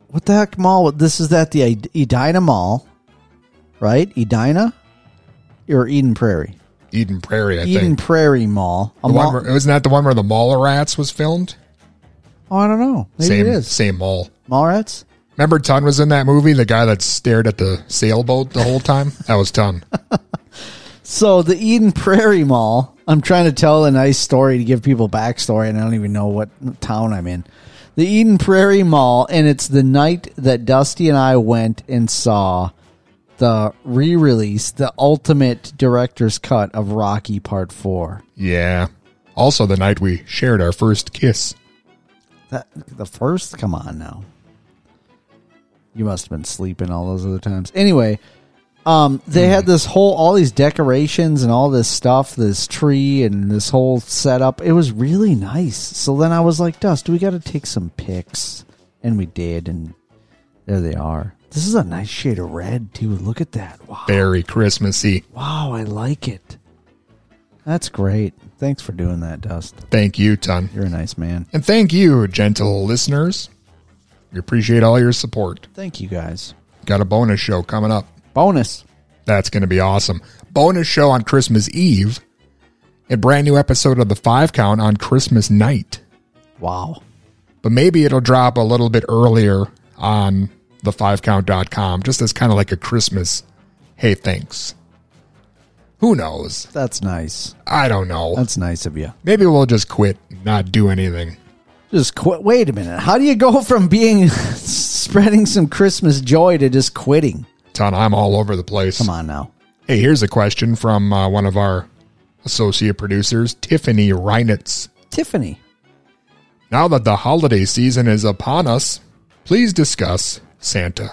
what the heck mall? This is at the Edina Mall, right? Edina or Eden Prairie?
Eden Prairie, I
Eden
think.
Prairie Mall. A
The one
mall-
where, wasn't that the one where the Mall of Rats was filmed?
oh, I don't know. Maybe
same,
it is.
same mall.
Mallrats?
Remember, Ton was in that movie. The guy that stared at the sailboat the whole time. That was Ton.
So the Eden Prairie Mall. I'm trying to tell a nice story to give people backstory, and I don't even know what town I'm in. The Eden Prairie Mall, and it's the night that Dusty and I went and saw the re-release, the ultimate director's cut of Rocky Part Four.
Yeah. Also, the night we shared our first kiss.
That the first? Come on now. You must have been sleeping all those other times. Anyway, um, they had this whole all these decorations and all this stuff, this tree and this whole setup. It was really nice. So then I was like, Dust, we got to take some pics, and we did, and there they are. This is a nice shade of red too. Look at that! Wow,
Very Christmassy.
wow, I like it. That's great. Thanks for doing that, Dust.
Thank you, Ton.
You're a nice man.
And thank you, gentle listeners. We appreciate all your support.
Thank you guys.
Got a bonus show coming up.
Bonus.
That's going to be awesome. Bonus show on Christmas Eve. A brand new episode of The Five Count on Christmas night.
Wow.
But maybe it'll drop a little bit earlier on thefivecount.com, just as kind of like a Christmas, hey, thanks. Who knows?
That's nice.
I don't know.
That's nice of you.
Maybe we'll just quit, and not do anything.
Just quit. Wait a minute. How do you go from being spreading some Christmas joy to just quitting?
Ton, I'm all over the place.
Come on now.
Hey, here's a question from uh, one of our associate producers, Tiffany Reinitz.
Tiffany.
Now that the holiday season is upon us, please discuss Santa.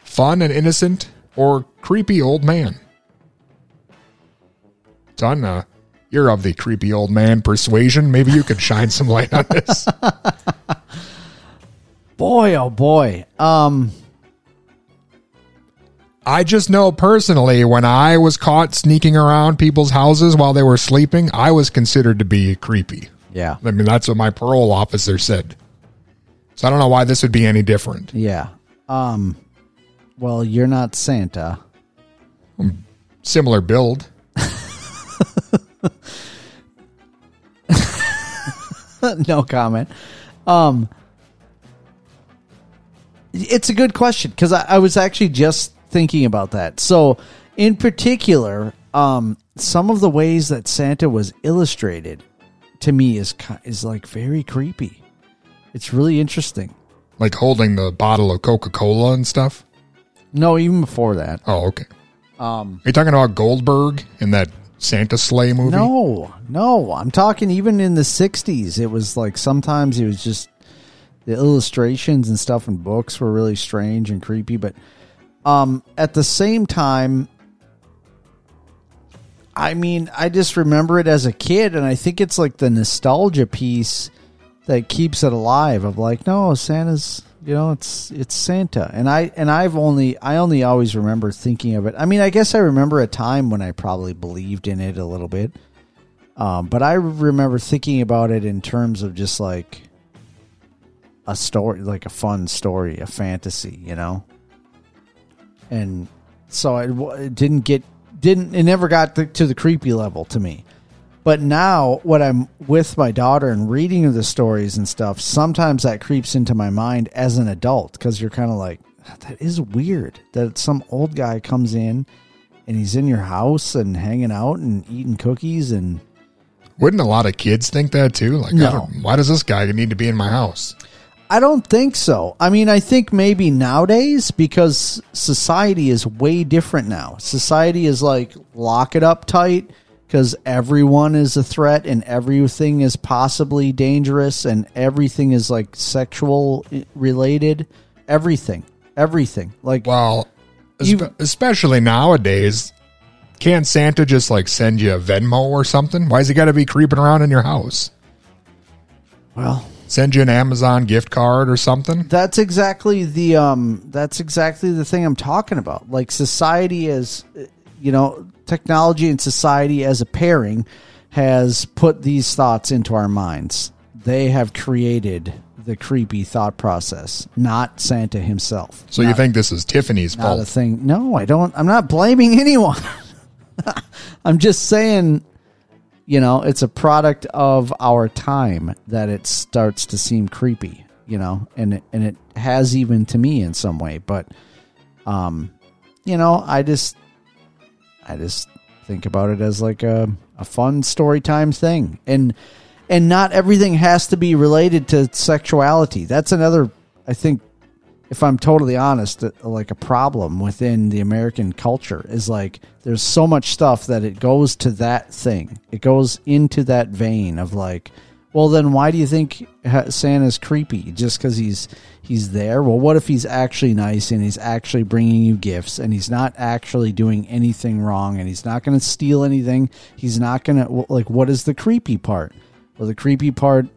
Fun and innocent, or creepy old man? Ton, uh, you're of the creepy old man persuasion. Maybe you could shine some light on this.
Boy, oh boy. Um,
I just know personally when I was caught sneaking around people's houses while they were sleeping, I was considered to be creepy.
yeah.
I mean, that's what my parole officer said. So I don't know why this would be any different.
Yeah. Um, well, you're not Santa.
Hmm. Similar build.
no comment. Um, it's a good question because I, I was actually just thinking about that. So, in particular, um, some of the ways that Santa was illustrated to me is ki- is like very creepy. It's really interesting.
like holding the bottle of Coca Cola and stuff.
No, even before that,
Oh, okay.
um,
Are you talking about Goldberg in that Santa sleigh movie?
no, no, I'm talking even in the '60s. It was like sometimes it was just the illustrations and stuff in books were really strange and creepy, but um, at the same time, I mean, I just remember it as a kid, and I think it's like the nostalgia piece that keeps it alive. Of like, no, Santa's, you know, it's it's Santa, and I and I've only I only always remember thinking of it. I mean, I guess I remember a time when I probably believed in it a little bit, um, but I remember thinking about it in terms of just like a story, like a fun story, a fantasy, you know. And so it, wa- it didn't get didn't it never got to, to the creepy level to me. But now when I'm with my daughter and reading the stories and stuff, sometimes that creeps into my mind as an adult because you're kind of like, "Ah, that is weird that some old guy comes in and he's in your house and hanging out and eating cookies and
Wouldn't a lot of kids think that too? Like, I
No.
don't, why does this guy need to be in my house?
I don't think so. I mean, I think maybe nowadays because society is way different now. Society is like lock it up tight because everyone is a threat and everything is possibly dangerous and everything is like sexual i- related. Everything, everything. Like
well, Espe- especially nowadays. Can't Santa just like send you a Venmo or something? Why's he got to be creeping around in your house?
Well,
send you an Amazon gift card or something.
That's exactly the um that's exactly the thing I'm talking about. Like society is you know, technology and society as a pairing has put these thoughts into our minds. They have created the creepy thought process, not Santa himself.
So you think this is Tiffany's
Not a
fault?
thing. No, I don't I'm not blaming anyone. I'm just saying you know, it's a product of our time that it starts to seem creepy, you know, and it, and it has even to me in some way, but um you know, I just I just think about it as like a a fun story time thing. And and not everything has to be related to sexuality. That's another I think if I'm totally honest, uh, like a problem within the American culture is like there's so much stuff that it goes to that thing. It goes into that vein of like, well, then why do you think ha- Santa's creepy just because he's he's there? Well, what if he's actually nice and he's actually bringing you gifts and he's not actually doing anything wrong and he's not going to steal anything? He's not going to like what is the creepy part? Well, the creepy part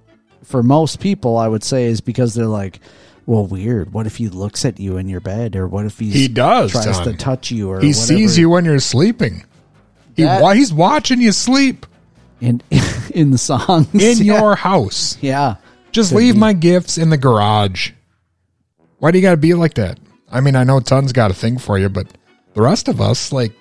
for most people, I would say, is because they're like, well, weird. What if he looks at you in your bed, or what if he's
He does,
tries to
Tom.
touch you, or
He sees
whatever.
you when you're sleeping. He,
That-
why he's watching you sleep
in in the songs
in your house.
Yeah,
just
Could
leave
be.
my gifts in the garage. Why do you got to be like that? I mean, I know Ton's got a thing for you, but the rest of us, like,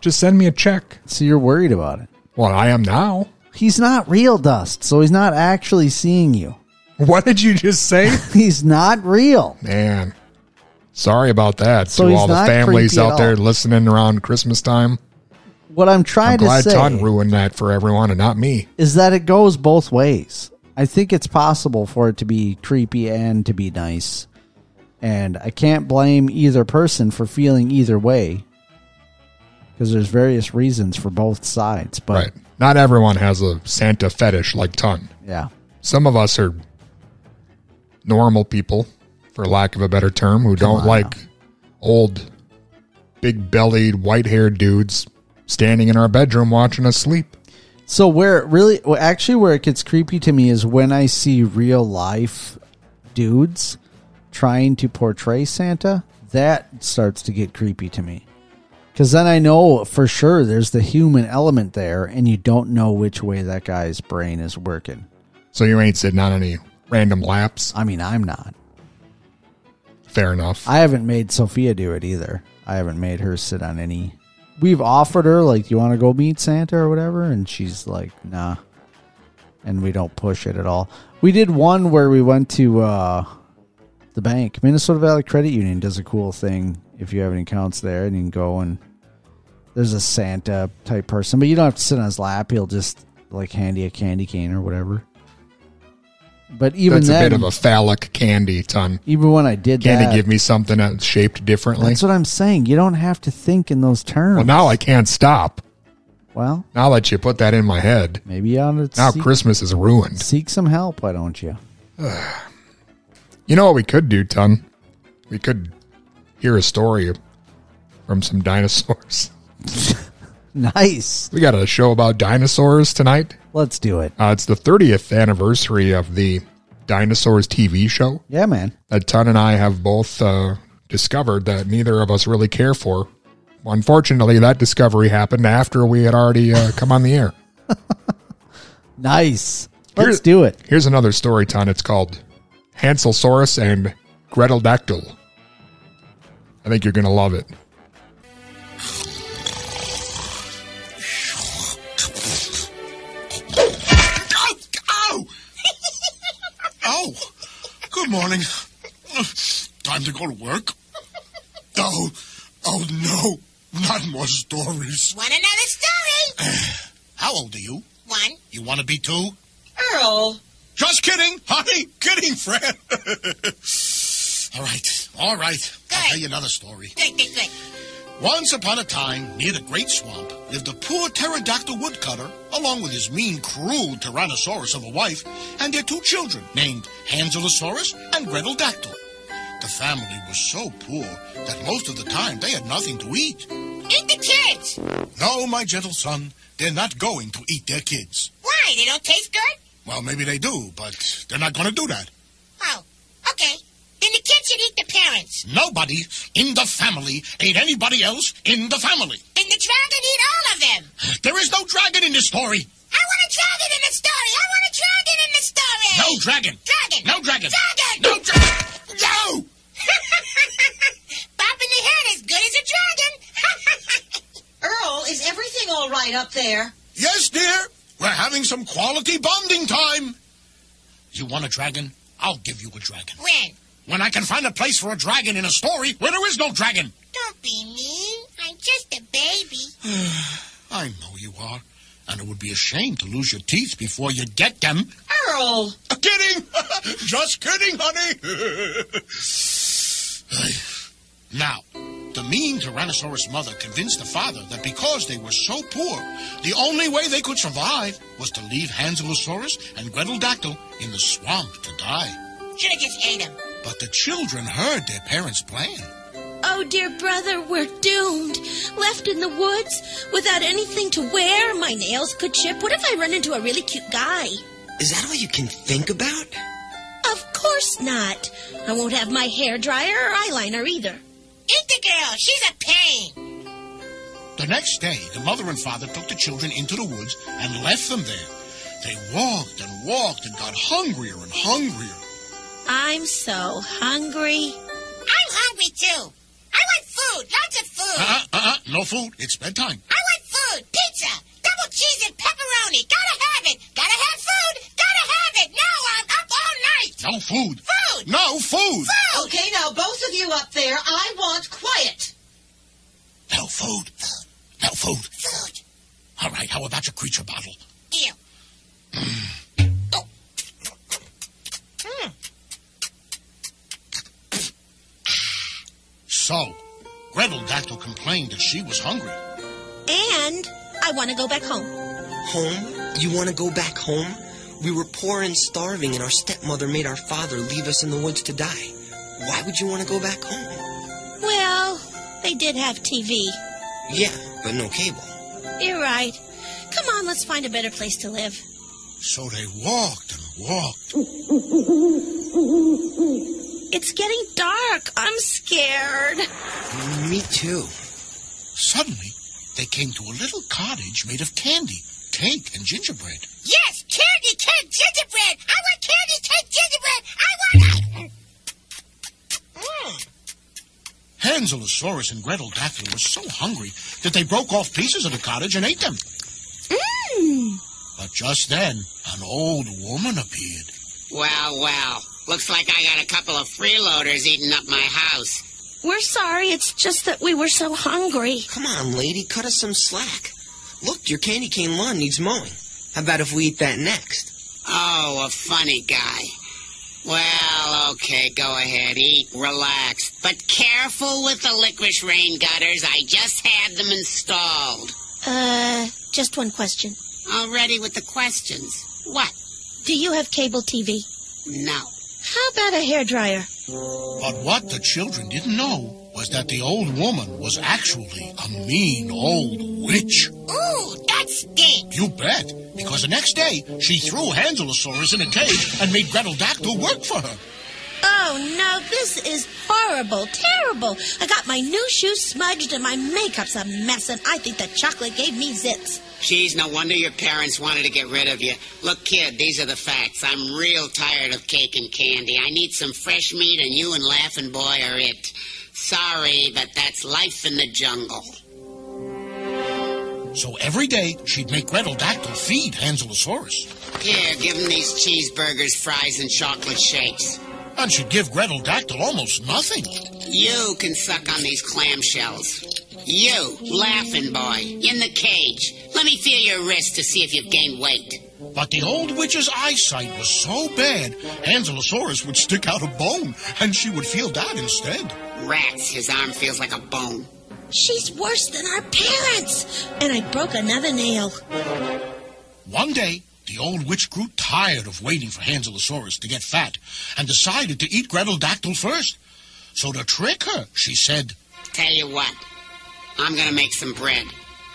just send me a check.
So you're worried about it.
Well, I am now.
He's not real dust, so he's not actually seeing you.
What did you just say?
he's not real.
Man, sorry about that
So
to
he's
all the
not
families
creepy at
out there
all.
listening around Christmas time.
What I'm trying
I'm glad
to say
Ton ruined that for everyone and not me.
is that it goes both ways. I think it's possible for it to be creepy and to be nice. And I can't blame either person for feeling either way because there's various reasons for both sides. But
right. Not everyone has a Santa fetish like Ton.
Yeah.
Some of us are normal people, for lack of a better term, who don't like old, big bellied, white haired dudes standing in our bedroom watching us sleep.
So where it really, well, actually, where it gets creepy to me is when I see real life dudes trying to portray Santa. That starts to get creepy to me because then I know for sure there's the human element there, and you don't know which way that guy's brain is working.
So you ain't sitting on any random laps.
I mean, I'm not.
Fair enough.
I haven't made Sophia do it either. I haven't made her sit on any. We've offered her like, "Do you want to go meet Santa or whatever?" and she's like, "Nah." And we don't push it at all. We did one where we went to uh, the bank. Minnesota Valley Credit Union does a cool thing if you have any accounts there, and you can go and there's a Santa type person, but you don't have to sit on his lap. He'll just like hand you a candy cane or whatever. But even
That's
then,
a bit of a phallic candy ton.
even when I did
Can
that,
he give me something that's shaped differently?
That's what I'm saying. You don't have to think in those terms.
well, now I can't stop.
Well,
Now that you put that in my head,
maybe on it.
now Christmas is ruined.
Seek some help, why don't you?
You know what we could do, Ton? We could hear a story from some dinosaurs.
nice.
We got a show about dinosaurs tonight.
Let's do it.
Uh, it's the 30th anniversary of the Dinosaurs TV show
Yeah, man.
that Ton and I have both uh, discovered that neither of us really care for. Unfortunately, that discovery happened after we had already uh, come on the air.
Nice. Let's do it.
Here's another story, Ton. It's called Hanselsaurus and Gretel Dactyl. I think you're going to love it.
Ow! Ow! Ow! Oh! Good morning. Time to go to work. Oh, oh no! Not more stories.
Want another story?
How old are you?
One.
You want to be two?
Earl,
Just kidding, honey. Kidding, Fran. all right, all right. I'll tell you another story. Once upon a time, near the great swamp, lived a poor pterodactyl woodcutter, along with his mean, cruel tyrannosaurus of a wife, and their two children, named Hanselosaurus and Greteldactyl. The family was so poor that most of the time they had nothing to eat.
Eat the kids!
No, my gentle son, they're not going to eat their kids.
Why? They don't taste good?
Well, maybe they do, but they're not going to do that.
Oh, okay. Then the kids should eat the parents.
Nobody in the family ate anybody else in the family.
And the dragon eat all of them.
There is no dragon in this story.
I want a dragon in the story. I want a dragon in the story.
No dragon.
Dragon.
No dragon.
Dragon.
No dragon. No.
Bop in the head as good as a dragon.
Earl, is everything all right up there?
Yes, dear. We're having some quality bonding time. You want a dragon? I'll give you a dragon.
when?
When I can find a place for a dragon in a story where there is no dragon.
Don't be mean. I'm just a baby.
I know you are. And it would be a shame to lose your teeth before you get them.
Earl!
Kidding! Just kidding, honey! now, the mean Tyrannosaurus mother convinced the father that because they were so poor, the only way they could survive was to leave Hanselosaurus and Greteldactyl in the swamp to die.
Should have just ate him.
But the children heard their parents' plan.
Oh, dear brother, we're doomed. Left in the woods, without anything to wear, my nails could chip. What if I run into a really cute guy?
Is that all you can think about?
Of course not. I won't have my hair dryer or eyeliner either.
Eat the girl. She's a pain.
The next day, the mother and father took the children into the woods and left them there. They walked and walked and got hungrier and hungrier.
I'm so hungry.
I'm hungry too. I want food. Lots of food.
Uh-uh, uh-uh, no food. It's bedtime.
I want food. Pizza. Double cheese and pepperoni. Gotta have it. Gotta have food. Gotta have it. Now I'm up all night.
No food.
Food.
No food.
Food.
Okay, now both of you up there, I want quiet.
No food. No food.
Food.
All right, how about your creature bottle?
Ew. Oh. Hmm.
So, Gretel Dactyl complained that she was hungry.
And I want to go back home.
Home? You want to go back home? We were poor and starving, and our stepmother made our father leave us in the woods to die. Why would you want to go back home?
Well, they did have TV.
Yeah, but no cable.
You're right. Come on, let's find a better place to live.
So they walked and walked.
It's getting dark. I'm scared.
Me too.
Suddenly, they came to a little cottage made of candy, cake, and gingerbread.
Yes, candy cake gingerbread. I want candy cake gingerbread. I want. Mm.
Hanselosaurus and Gretel Dactyl were so hungry that they broke off pieces of the cottage and ate them. But just then, an old woman appeared.
Wow, wow. Looks like I got a couple of freeloaders eating up my house.
We're sorry. It's just that we were so hungry.
Come on, lady, cut us some slack. Look, your candy cane lawn needs mowing. How about if we eat that next?
Oh, a funny guy. Well, okay, go ahead, eat, relax. But careful with the licorice rain gutters. I just had them installed.
Uh, just one question.
Already with the questions. What?
Do you have cable TV?
No.
How about a hairdryer?
But what the children didn't know was that the old woman was actually a mean old witch.
Ooh, that stinks.
You bet, because the next day she threw Hanselosaurus in a cage and made Gretel Dactyl work for her.
Oh no, this is horrible, terrible. I got my new shoes smudged and my makeup's a mess, and I think the chocolate gave me zits.
Geez, no wonder your parents wanted to get rid of you. Look, kid, these are the facts. I'm real tired of cake and candy. I need some fresh meat, and you and Laughing Boy are it. Sorry, but that's life in the jungle.
So every day she'd make Gretel Dactyl feed Hanselosaurus.
Here, give him these cheeseburgers, fries, and chocolate shakes.
And she'd give Gretel Dactyl almost nothing.
You can suck on these clamshells. You, Laughing Boy, in the cage. Let me feel your wrist to see if you've gained weight.
But the old witch's eyesight was so bad, Ankylosaurus would stick out a bone, and she would feel that instead.
Rats, his arm feels like a bone.
She's worse than our parents. And I broke another nail.
One day, the old witch grew tired of waiting for Hanselosaurus to get fat and decided to eat Gretel Dactyl first. So to trick her, she said,
Tell you what, I'm gonna make some bread.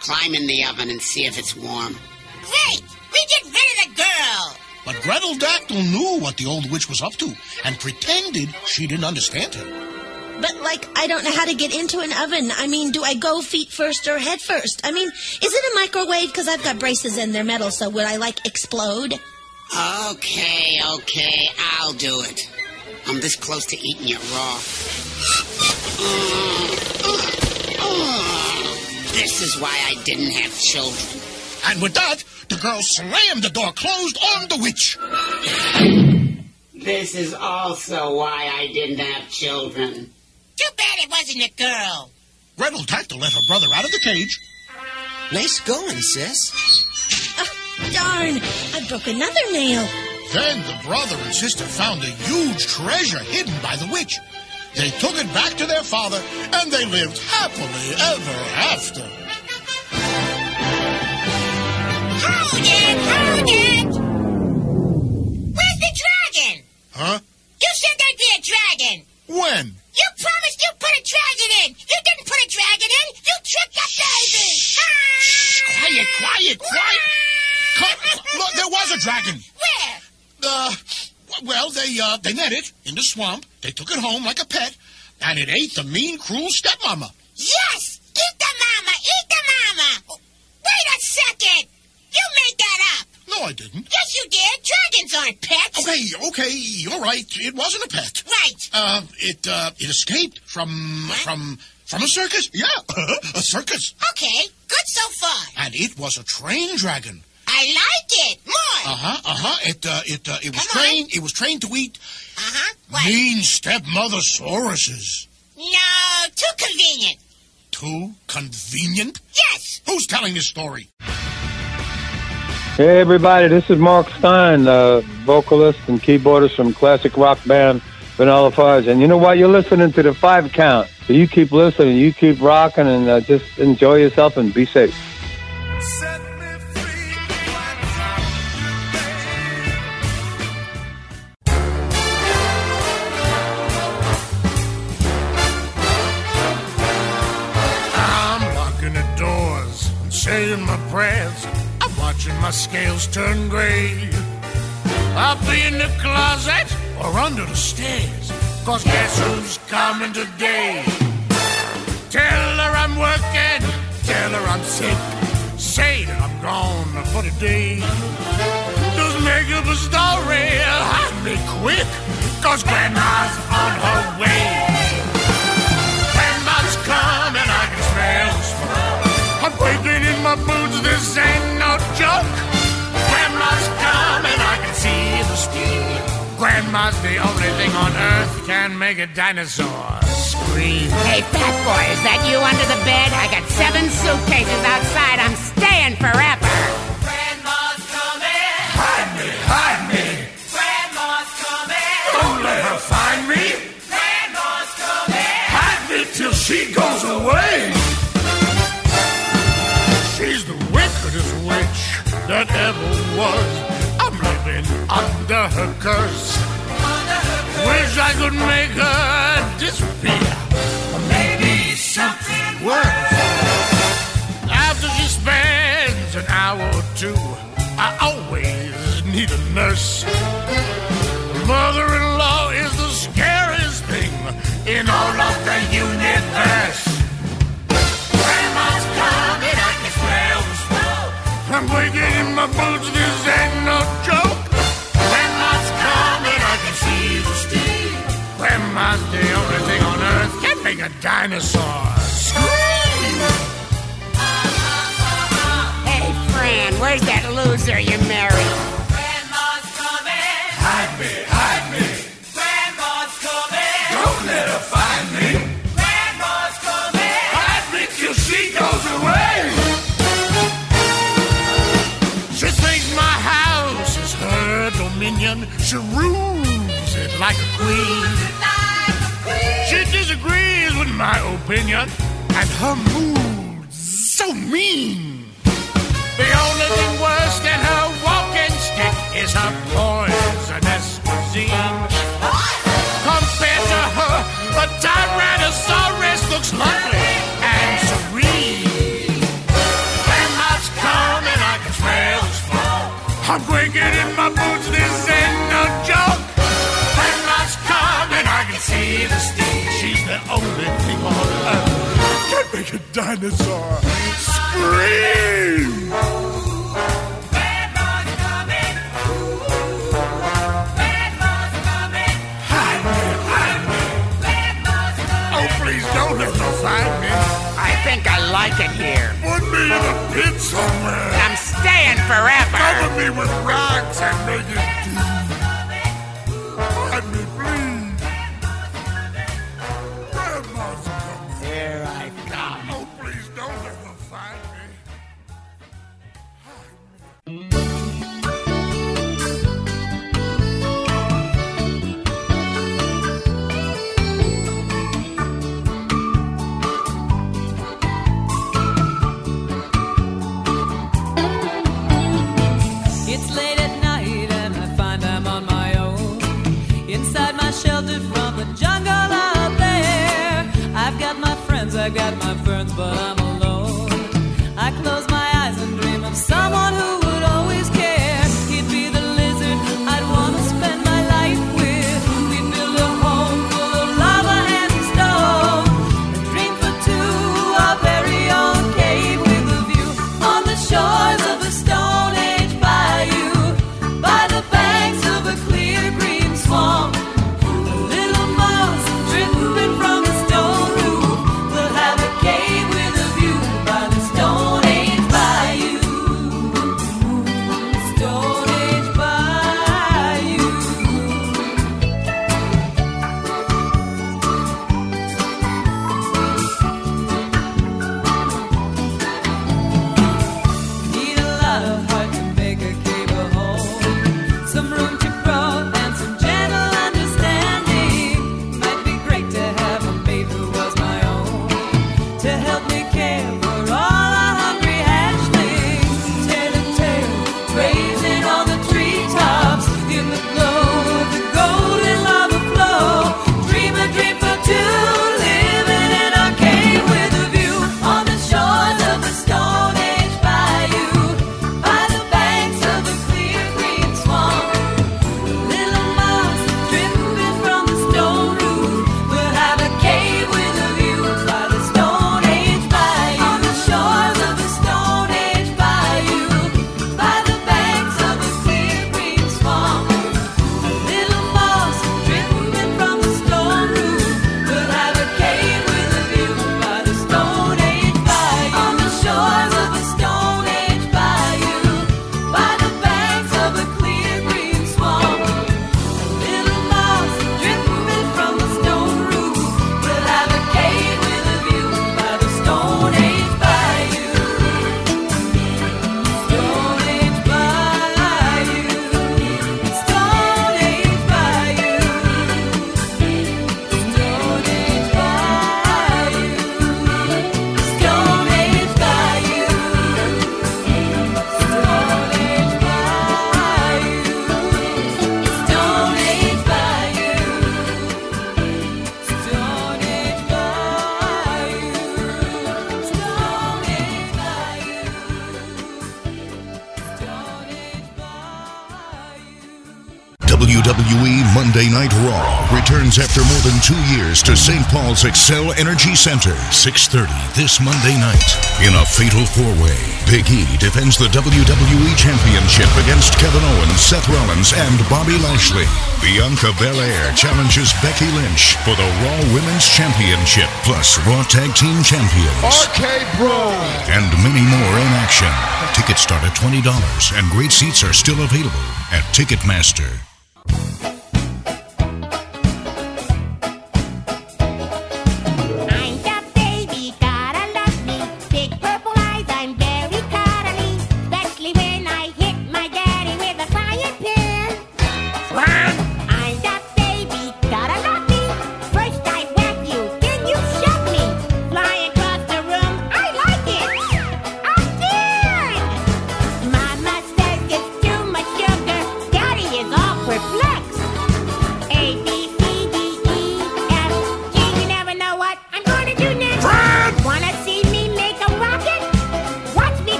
Climb in the oven and see if it's warm.
Great! We get rid of the girl!
But Gretel Dactyl knew what the old witch was up to and pretended she didn't understand her.
But, like, I don't know how to get into an oven. I mean, do I go feet first or head first? I mean, is it a microwave? Because I've got braces and they're metal, so would I, like, explode?
Okay, okay, I'll do it. I'm this close to eating it raw. This is why I didn't have children.
And with that, the girl slammed the door closed on the witch.
This is also why I didn't have children.
Too bad it wasn't a girl.
Gretel Dactyl let her brother out of the cage.
Nice going, sis.
Ah, Darn, I broke another nail.
Then the brother and sister found a huge treasure hidden by the witch. They took it back to their father, and they lived happily ever after.
Hold it! Hold it! Where's the dragon?
Huh?
You said there'd be a dragon!
When?
You promised you'd put a dragon in! You didn't put a dragon in! You tricked the Ah! baby!
Quiet, quiet, quiet! Co- Look, there was a dragon.
Where?
Uh, w- well, they uh, they met it in the swamp. They took it home like a pet, and it ate the mean, cruel stepmama.
Yes! Eat the mama! Eat the mama! Wait a second! You made that up!
No, I didn't.
Yes, you did! Dragons aren't pets!
Okay, okay, you're right. It wasn't a pet.
Right!
Uh, it uh, it escaped from from from a circus. Yeah, a circus,
Okay, good so far.
and it was a train dragon.
I like it! More!
Uh huh. Uh huh. It uh, it uh, it was
Come on.
trained. It was trained to eat
Uh-huh.
mean stepmother sauruses.
No, too convenient.
Too convenient.
Yes!
Who's telling this story?
Hey everybody, this is Mark Stein, uh, vocalist and keyboardist from classic rock band Vanilla Fudge. And you know what? You're listening to the Five Count. So you keep listening, you keep rocking, and uh, just enjoy yourself and be safe.
I'm locking the doors and saying my prayers. I'm watching my scales turn gray. I'll be in the closet or under the stairs. Cause guess who's coming today? Tell her I'm working, tell her I'm sick. Say that I'm gone for the day. Just make up a story, hide me quick. Cause grandma's on her way. Grandma's coming, I can smell the smoke. I'm quaking in my boots, this ain't no joke. Grandma's coming, I can see the steam. Grandma's the only thing on earth can make a dinosaur scream.
Hey, fat boy, is that you under the bed? I got seven suitcases outside. I'm staying forever.
Grandma's coming!
Hide me, hide me,
Grandma's coming!
don't let her find me.
Grandma's coming!
Hide me till she goes away. She's the wickedest witch that ever was. I'm living under her curse. Wish I could make her disappear. Or maybe something worse. After she spends an hour or two, I always need a nurse. Mother in law is the scariest thing in all of the universe. Grandma's coming, I can smell the smoke. I'm waking in my boots, this ain't no joke. Grandma's coming, I can see the steam. Grandma's the only thing on earth can make a dinosaur scream.
Hey, Fran, where's that loser you married?
Grandma's coming!
Hide me, hide me,
Grandma's coming!
don't let her find me.
Grandma's coming!
Hide me till she goes away. She thinks my house minion. She rules it like a queen. She disagrees with my opinion, and her mood's so mean. The only thing worse than her walking stick is her poisonous cuisine. Compared to her, a Tyrannosaurus looks lovely and serene. Grandma's gone and I can smell the smoke. I'm breaking in my boots, this ain't no joke. Grandma's gone and I can see the steam. She's the only thing on earth that can make a dinosaur scream. Hide me, hide me. Oh, please don't let them find me.
I think I like it here.
Put me in a pit somewhere.
I'm staying forever.
Cover me with rocks and make it deep. Hide me, please. Grandma's coming. Here I come. Oh, please don't let them find me.
It's late at night and I find I'm on my own. Inside my shelter from the jungle out there. I've got my friends, I've got my ferns, but I'm alone. I close my eyes and dream of someone who would always care. He'd be the lizard I'd want to spend my life with. We'd build a home full of lava and stone. A dream for two, our very own cave with a view on the shores of a Stone Age bayou. By the banks of a clear green swamp, a little mouse dripping from a stone roof. We'll have a cave with a view by the Stone Age bayou. Stone Age bayou. Need a lot of heart to make a cave a home. Some room to grow and some gentle understanding. Might be great to have a maid who was my own to help me care for all our hungry hatchlings. Tail to tail, raising on the treetops in the glow of the golden lava flow. Dream a dream for two, living in our cave with a view on the shores of the Stone Age bayou. By the banks of the clear green swamp, little mouse dripping from the stone roof. We'll have a cave with a view by the Stone Age bayou. On the shores of the Stone Age bayou, by the banks of the clear green swamp, little mouse dripping from the stone roof. We'll have a cave with a view by the Stone Age bayou. On the shores of the Stone Age bayou, by the banks of the clear green swamp. Little mouse dripping from the stone roof. We'll have a cave with a view by the Stone Age bayou. Stone Age bayou. Stone Age bayou. Stone Age bayou. Stone Age bayou. Stone Age bayou. Stone Age bayou. Stone Age bayou. Stone Age
WWE E Monday Night Raw returns after more than two years to St. Paul's Excel Energy Center, 6:30 this Monday night. In a fatal four-way, Big E defends the WWE Championship against Kevin Owens, Seth Rollins, and Bobby Lashley. Bianca Belair challenges Becky Lynch for the Raw Women's Championship, plus Raw Tag Team Champions.
RK Bro!
And many more in action. Tickets start at $20 and great seats are still available at Ticketmaster.
I'm that baby, gotta love me. Big purple eyes, I'm very cuddly. Especially when I hit my daddy with a fire pin. E,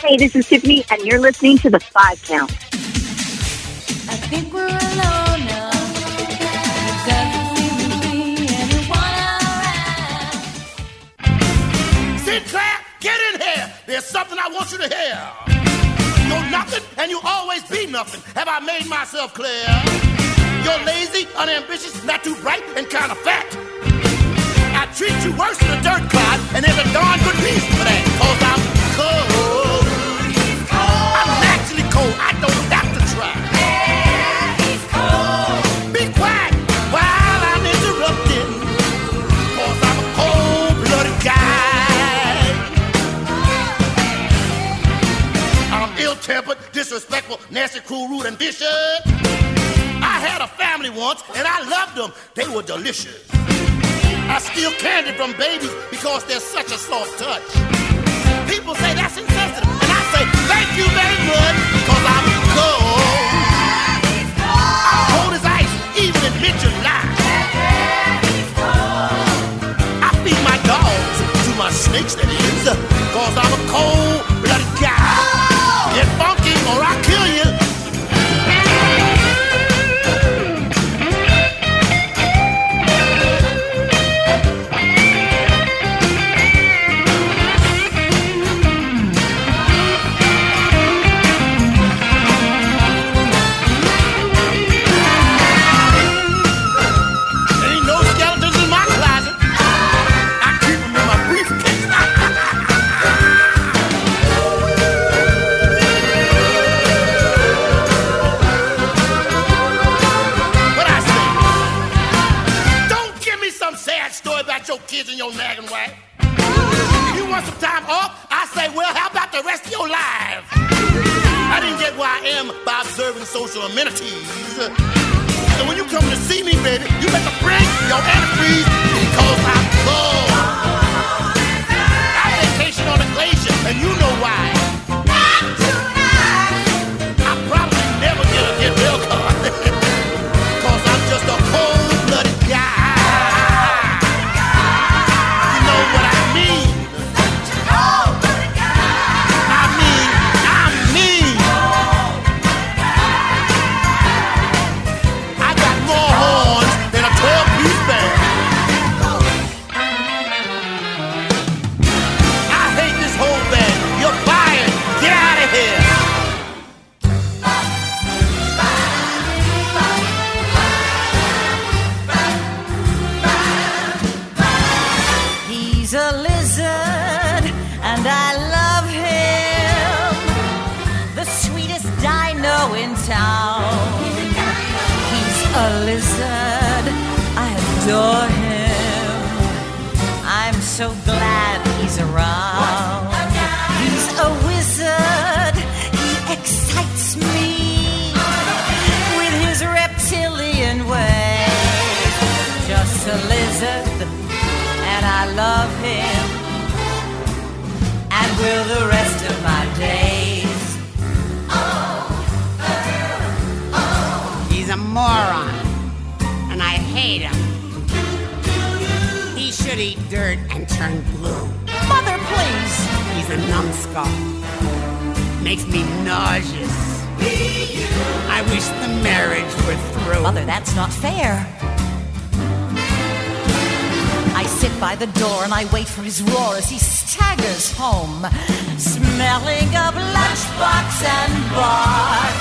Hey, this is Tiffany, and you're listening to the Five Count.
I think we're alone now. It doesn't seem to be anyone around.
See, Claire, get in here. There's something I want you to hear. You're nothing and you always be nothing. Have I made myself clear? You're lazy, unambitious, not too bright, and kind of fat. I treat you worse than a dirt clod, and there's a darn good reason for that. Cause I'm cold. I'm naturally cold. I don't have to try. Be quiet while I'm interrupting. Cause I'm a cold-blooded guy. I'm ill-tempered, disrespectful, nasty, cruel, rude, and vicious. I had a family once, and I loved them. They were delicious. I steal candy from babies because they're such a soft touch. People say that's insensitive, and I say thank you very much because I'm cold. I'm cold as ice, even in mid-July. I feed my dogs to my snakes, that is, cause I'm a cold-blooded guy. Get funky or I'll kill you. Ain't no skeletons in my closet. I keep 'em in my briefcase. What I say? Don't give me some sad story about your kids and your nagging wife. You want some time off? I say, well, how about the rest of your life? I didn't get where I am by observing social amenities. So when you come to see me, baby, you better bring your antifreeze because I'm cold. I vacation on a glacier, and you know why. I probably never get a get real card. Cause I'm just a cold-blooded guy. You know what I mean? I mean, I'm mean. I got more horns than a 12-piece band. I hate this whole band. You're fired. Get out of here.
He's a lizard, and I love him. The sweetest dino in town. He's a lizard, I adore him. I'm so glad he's around. He's a wizard, he excites me with his reptilian ways. Just a lizard, and I love him. And will the rest of my days.
He's a moron, and I hate him. He should eat dirt and turn blue.
Mother, please!
He's a numbskull. Makes me nauseous. I wish the marriage were through.
Mother, that's not fair. I sit by the door and I wait for his roar as he staggers home, smelling of lunchbox and bark.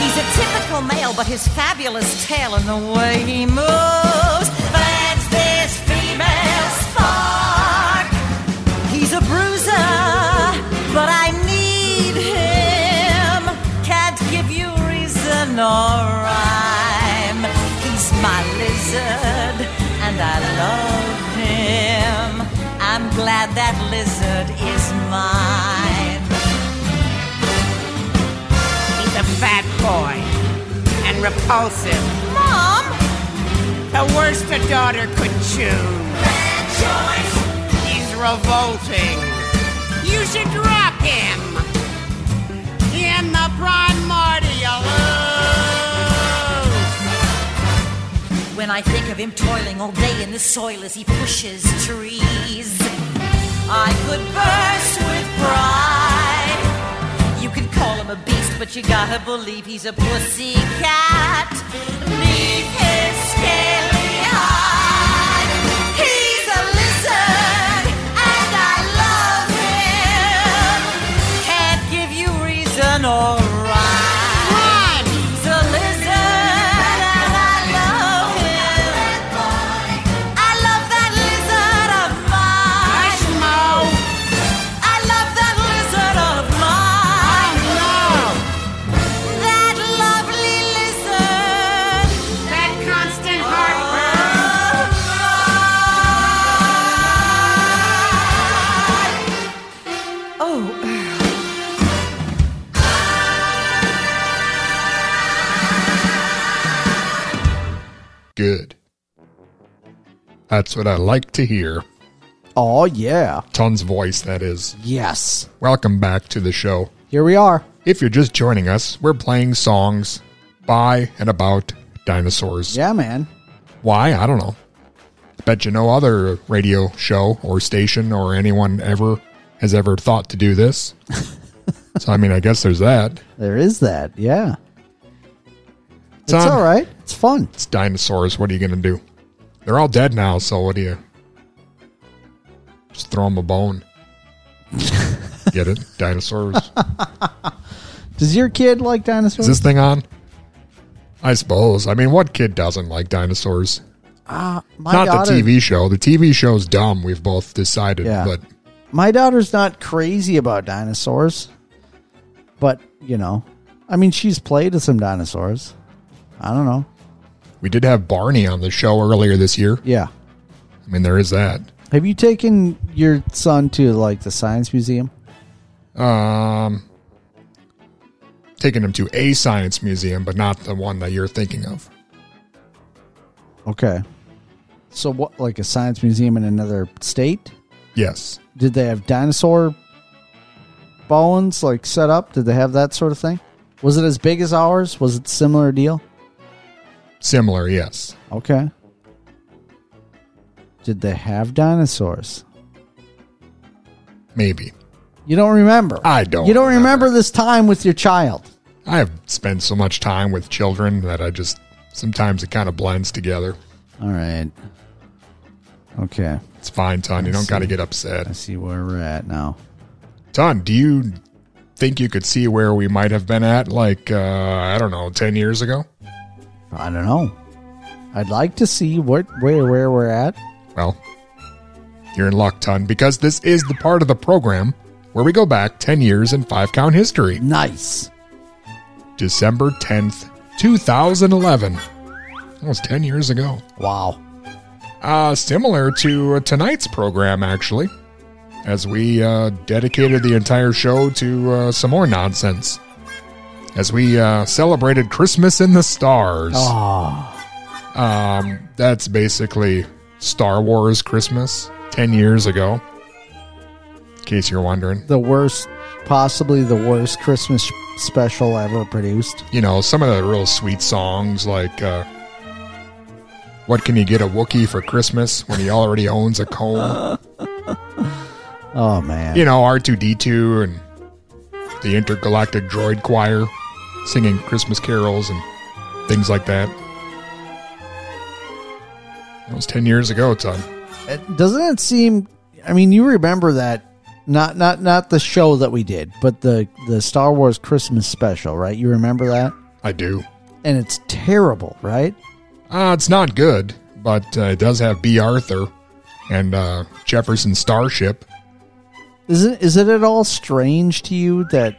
He's a typical male, but his fabulous tail and the way he moves lands this female spark. He's a bruiser, but I need him. Can't give you reason or rhyme. He's my lizard, and I love him. I'm glad that lizard is mine.
He's a fat boy and repulsive.
Mom!
The worst a daughter could choose. Bad choice. He's revolting. You should drop him. In the primordial
When I think of him toiling all day in the soil as he pushes trees, I could burst with pride.
I'm a beast, but you gotta believe he's a pussy cat. Beneath his scaly hide, he's a lizard, and I love him. Can't give you reason or rhyme. He's a lizard, and I love him. I love that lizard of mine. I love that lizard of mine. That lovely lizard. That constant heartburn. Oh,
Good. That's what I like to hear.
Oh, yeah.
Ton's voice, that is.
Yes.
Welcome back to the show.
Here we are.
If you're just joining us, we're playing songs by and about dinosaurs.
Yeah, man.
Why? I don't know. Bet you no other radio show or station or anyone ever has ever thought to do this. so, I mean, I guess there's that.
There is that. Yeah. It's
Son.
all right. It's fun.
It's dinosaurs. What are you going to do? They're all dead now, so what do you? Just throw them a bone. Get it? Dinosaurs.
Does your kid like
Is
dinosaurs?
this thing on? I suppose. I mean, what kid doesn't like dinosaurs?
Ah, my
Not
daughter,
the TV show. The TV show's dumb. We've both decided,
Yeah.
but
My daughter's not crazy about dinosaurs, but you know, I mean, she's played with some dinosaurs. I don't know.
we did have Barney on the show earlier this year.
Yeah.
I mean, there is that.
Have you taken your son to like the science museum?
Um, taking him to a science museum, but not the one that you're thinking of.
Okay. So what, like a science museum in another state?
Yes.
Did they have dinosaur bones like set up? Did they have that sort of thing? Was it as big as ours? Was it similar deal?
Similar, yes.
Okay. Did they have dinosaurs?
Maybe.
You don't remember.
I don't.
you don't remember this time with your child.
I have spent so much time with children that I just sometimes it kind of blends together.
All right. Okay.
It's fine, Ton. You
I
don't got to
see.
get upset. I
see where we're at now.
Ton, do you think you could see where we might have been at, like, uh, I don't know, 10 years ago?
I don't know. I'd like to see what where where we're at.
Well, you're in luck, Ton, because this is the part of the program where we go back 10 years in five count history.
Nice.
December 10th, 2011. That was 10 years ago.
Wow.
Uh, similar to uh, tonight's program, actually, as we uh, dedicated the entire show to uh, some more nonsense. As we uh, celebrated Christmas in the stars. Um, that's basically Star Wars Christmas 10 years ago, in case you're wondering.
The worst possibly the worst Christmas special ever produced.
you know, some of the real sweet songs like uh, What Can You Get a Wookiee for Christmas when he already owns a comb?
Oh man.
you know, R2D2 and the Intergalactic Droid Choir singing Christmas carols and things like that. That was 10 years ago, uh, Tom.
It- doesn't it seem I mean you remember that not not not the show that we did, but the the Star Wars Christmas special, right? You remember that?
I do.
And it's terrible, right?
Uh, it's not good, but uh, it does have B. Arthur and uh, Jefferson Starship.
Is it is it at all strange to you that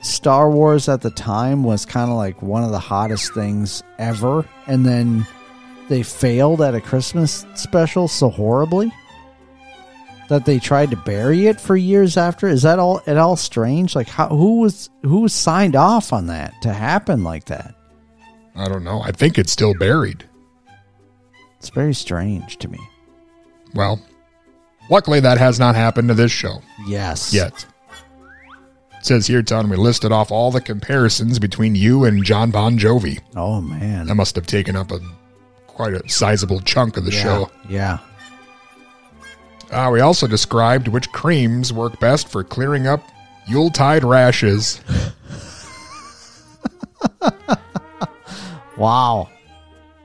Star Wars at the time was kind of like one of the hottest things ever, and then they failed at a Christmas special so horribly that they tried to bury it for years after? Is that all at all strange? Like how, who was who signed off on that to happen like that?
I don't know. I think it's still buried.
It's very strange to me.
Well, luckily that has not happened to this show
Yes.
yet. It says here, Tom, we listed off all the comparisons between you and John Bon Jovi.
Oh man.
That must have taken up a quite a sizable chunk of the
Yeah,
show.
Yeah.
Uh, we also described which creams work best for clearing up Yuletide rashes.
Wow.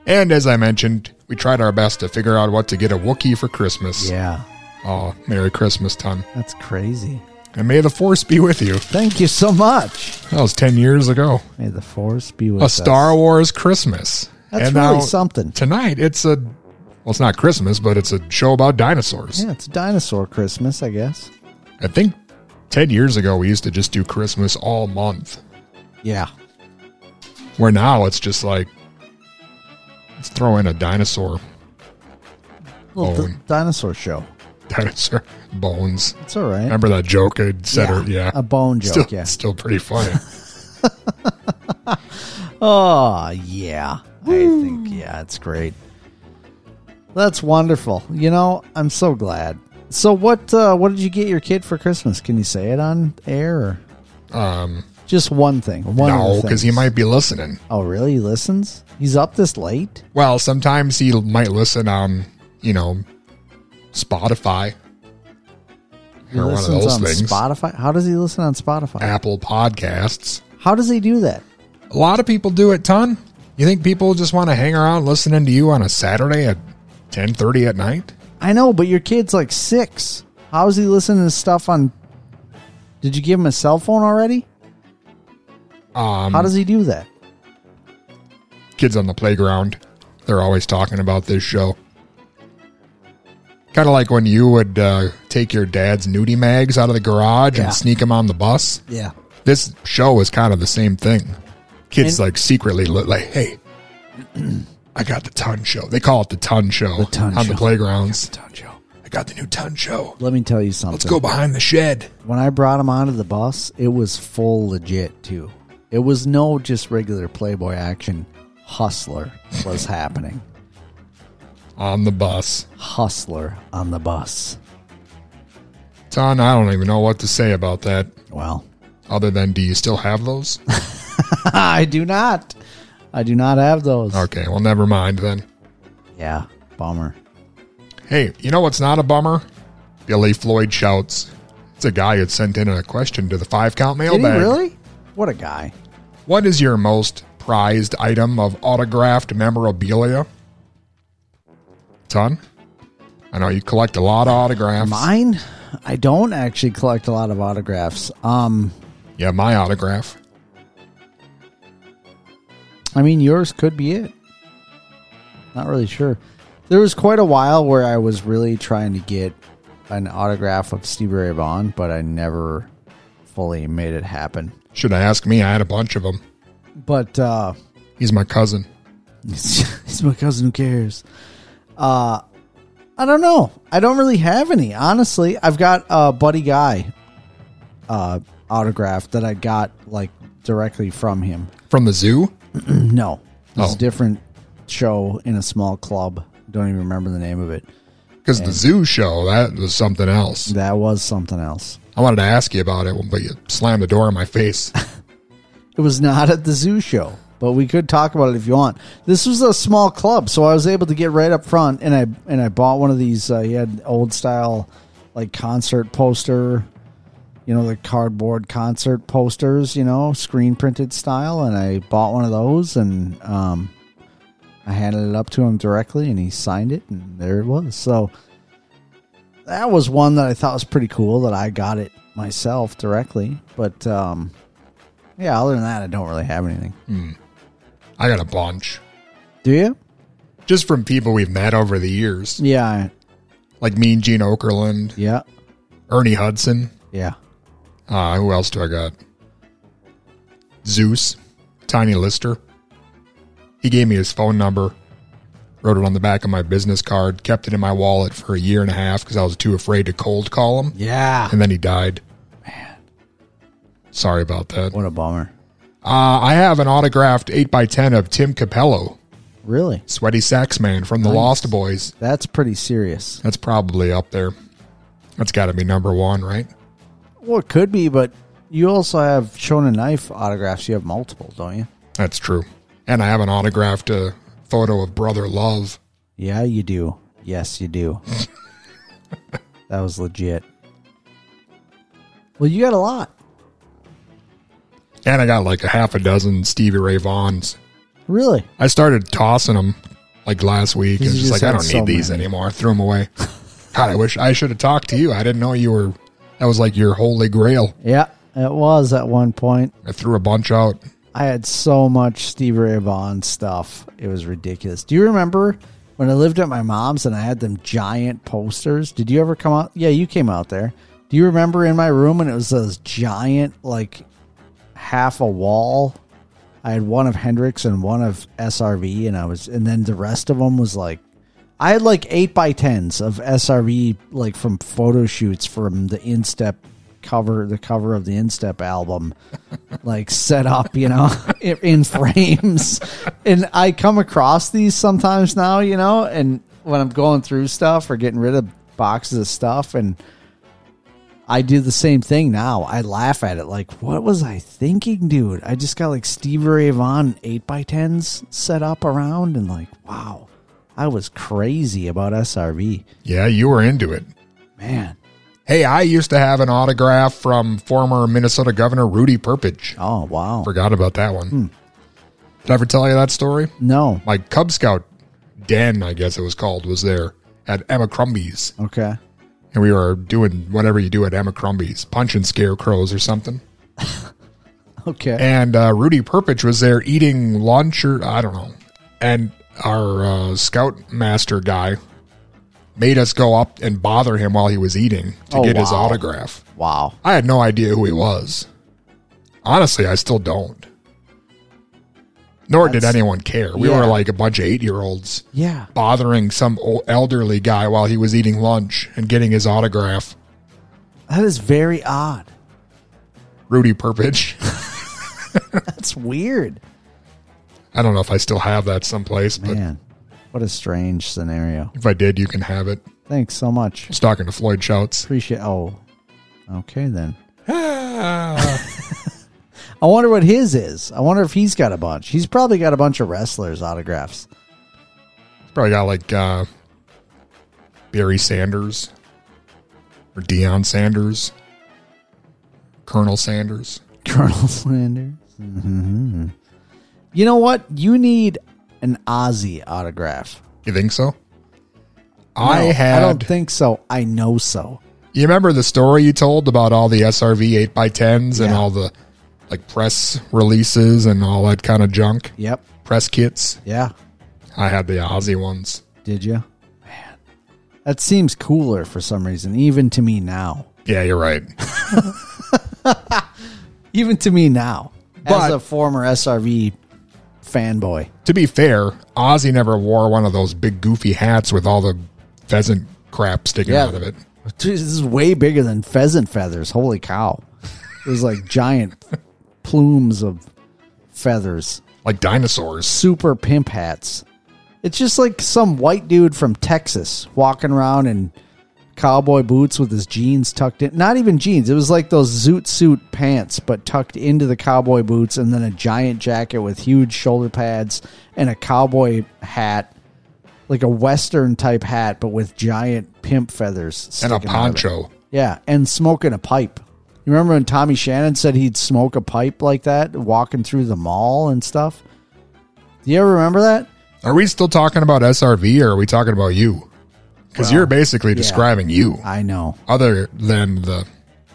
And as I mentioned, we tried our best to figure out what to get a Wookiee for Christmas.
Yeah.
Oh, Merry Christmas, ton.
That's crazy.
And may the force be with you.
Thank you so much.
That was 10 years ago.
May the force be with
a
us.
Star Wars Christmas.
That's
now
really something.
Tonight, it's a, well, it's not Christmas, but it's a show about dinosaurs.
Yeah, it's dinosaur Christmas, I guess.
I think 10 years ago, we used to just do Christmas all month,
Yeah.
where now it's just like, let's throw in a dinosaur,
Little d-
Bone.
dinosaur show.
dinosaur bones.
It's all right.
Remember that joke I said?
Yeah,
or- yeah.
a bone joke,
Still,
yeah.
Still pretty funny.
Oh, yeah. I think, yeah, it's great. That's wonderful. You know, I'm so glad. So, what uh, what did you get your kid for Christmas? Can you say it on air? Or?
Um,
Just one thing. One of the
no, because he
things.
might be listening.
Oh, really? He listens? He's up this late?
Well, sometimes he might listen on, you know, Spotify
He
or one of
listens
those
on
things.
Spotify? How does he listen on Spotify?
Apple Podcasts.
How does he do that?
A lot of people do it, ton. You think people just want to hang around listening to you on a Saturday at ten thirty at night?
I know, but your kid's like six. How is he listening to stuff on. Did you give him a cell phone already?
Um,
How does he do that?
kids on the playground? They're always talking about this show. Kind of like when you would uh, take your dad's nudie mags out of the garage
Yeah.
and sneak them on the bus.
Yeah.
This show is kind of the same thing. Kids
And-
like secretly li- like, hey, I got the ton show. They call it the ton show the
ton
on
show.
the playgrounds. ton show. I got the new ton show.
Let me tell you something.
Let's go behind the shed.
When I brought him onto the bus, it was full legit too. It was no just regular Playboy action. Hustler was happening.
on the bus.
Hustler on the bus.
Ton, I don't even know what to say about that.
Well,
other than do you still have those?
I do not. I do not have those.
okay, well, never mind then.
Yeah, bummer.
Hey, you know what's not a bummer? Billy Floyd shouts. It's a guy had sent in a question to the five count
Did he
mailbag.
really? What a guy.
What is your most prized item of autographed memorabilia? Ton? I know you collect a lot of autographs.
Mine? I don't actually collect a lot of autographs. Um
Yeah, my autograph.
I mean, yours could be it. Not really sure. There was quite a while where I was really trying to get an autograph of Stevie Ray Vaughan, but I never fully made it happen.
Should have asked me. I had a bunch of them.
But uh,
He's my cousin.
it's my cousin who cares. Uh, I don't know. I don't really have any, honestly. I've got a Buddy Guy uh, autograph that I got like directly from him.
From the zoo?
no, it was
Oh.
a different show in a small club. Don't even remember the name of it.
Because the
And-
zoo show, that was something else.
That was something else.
I wanted to ask you about it, but you slammed the door in my face.
It was not at the zoo show, but we could talk about it if you want. This was a small club, so I was able to get right up front, and I and I bought one of these. Uh, he had old style, like concert poster, you know, the cardboard concert posters, you know, screen printed style, and I bought one of those, and um, I handed it up to him directly, and he signed it, and there it was. So that was one that I thought was pretty cool that I got it myself directly, but. um yeah, other than that, I don't really have anything.
Hmm. I got a bunch.
Do you?
Just from people we've met over the years,
Yeah, I-
like me and Gene Okerlund.
Yeah.
Ernie Hudson.
Yeah.
Uh, who else do I got? Zeus. Tiny Lister. He gave me his phone number, wrote it on the back of my business card, kept it in my wallet for a year and a half because I was too afraid to cold call him.
Yeah.
And then he died. Man. Sorry about that.
What a bummer.
Uh, I have an autographed 8x10 of Tim Capello,
really
sweaty sax man from the
Nice.
Lost Boys.
That's pretty serious.
That's probably up there. That's got to be number one, right?
Well, it could be, but you also have Shonen Knife autographs. You have multiple, don't you?
That's true. And I have an autographed uh, photo of Brother Love.
Yeah, you do. Yes, you do. that was legit. Well, you got a lot.
And I got like a half a dozen Stevie Ray Vaughns.
Really?
I started tossing them like last week.
You
It's just
just
like
had
I don't need
so
these
many.
anymore. I threw them away. God, I wish I should have talked to you. I didn't know you were. That was like your holy grail.
Yeah, it was at one point.
I threw a bunch out.
I had so much Stevie Ray Vaughan stuff. It was ridiculous. Do you remember when I lived at my mom's and I had them giant posters? Did you ever come out? Yeah, you came out there. Do you remember in my room when it was those giant, like half a wall? I had one of Hendrix and one of SRV, and I was, and then the rest of them was like, I had like eight by tens of SRV, like from photo shoots from the Instep cover, the cover of the Instep album, like set up, you know, in, in frames. And I come across these sometimes now, you know, and when I'm going through stuff or getting rid of boxes of stuff, and I do the same thing now. I laugh at it. Like, what was I thinking, dude? I just got like Stevie Ray Vaughan 8x10s set up around and like, wow, I was crazy about SRV.
Yeah, you were into it.
Man.
Hey, I used to have an autograph from former Minnesota Governor Rudy Perpich.
Oh, wow. Hmm.
Forgot about that one. Did I ever tell you that story?
No.
My Cub Scout den, I guess it was called, was there at Emma Crumbie's.
Okay.
And we were doing whatever you do at Emma Crumbie's, punching scarecrows or something.
Okay.
And uh, Rudy Perpich was there eating lunch or I don't know. And our uh, scout master guy made us go up and bother him while he was eating to
Oh,
get his
wow.
autograph.
Wow.
I had no idea who he was. Honestly, I still don't. Nor did
That's-
anyone care. We
Yeah.
were like a bunch of eight year olds
Yeah.
bothering some old elderly guy while he was eating lunch and getting his autograph.
That is very odd.
Rudy Perpich.
That's weird.
I don't know if I still have that someplace, but
Man, what a strange scenario.
if I did, you can have it.
Thanks so much.
I was talking to Floyd Schultz.
Appreciate. Oh, okay then. I wonder what his is. I wonder if he's got a bunch. He's probably got a bunch of wrestlers' autographs.
Probably got like uh, Barry Sanders or Deion Sanders, Colonel Sanders.
Colonel Sanders. hmm You know what? You need an Ozzy autograph.
You think so? I
No,
had.
I don't think so. I know so.
You remember the story you told about all the SRV 8x10s and all the like press releases and all that kind of junk?
Yep.
Press kits?
Yeah.
I had the Aussie ones.
Did you? Man, that seems cooler for some reason, even to me now.
Yeah, you're right.
Even to me now, as
But-
a former SRV fanboy.
to be fair, Ozzy never wore one of those big goofy hats with all the pheasant crap sticking out of it.
Dude, this is way bigger than pheasant feathers. Holy cow. It was like giant plumes of feathers.
Like dinosaurs.
Super pimp hats. It's just like some white dude from Texas walking around in cowboy boots with his jeans tucked in. Not even jeans. It was like those zoot suit pants, but tucked into the cowboy boots and then a giant jacket with huge shoulder pads and a cowboy hat. Like a western type hat, but with giant pimp feathers
And
sticking
a
out of it.
poncho.
Yeah, and smoking a pipe. You remember when Tommy Shannon said he'd smoke a pipe like that, walking through the mall and stuff? Do you ever remember that?
Are we still talking about SRV or are we talking about you? Because
Well,
you're basically
yeah.
describing you.
I know.
Other than the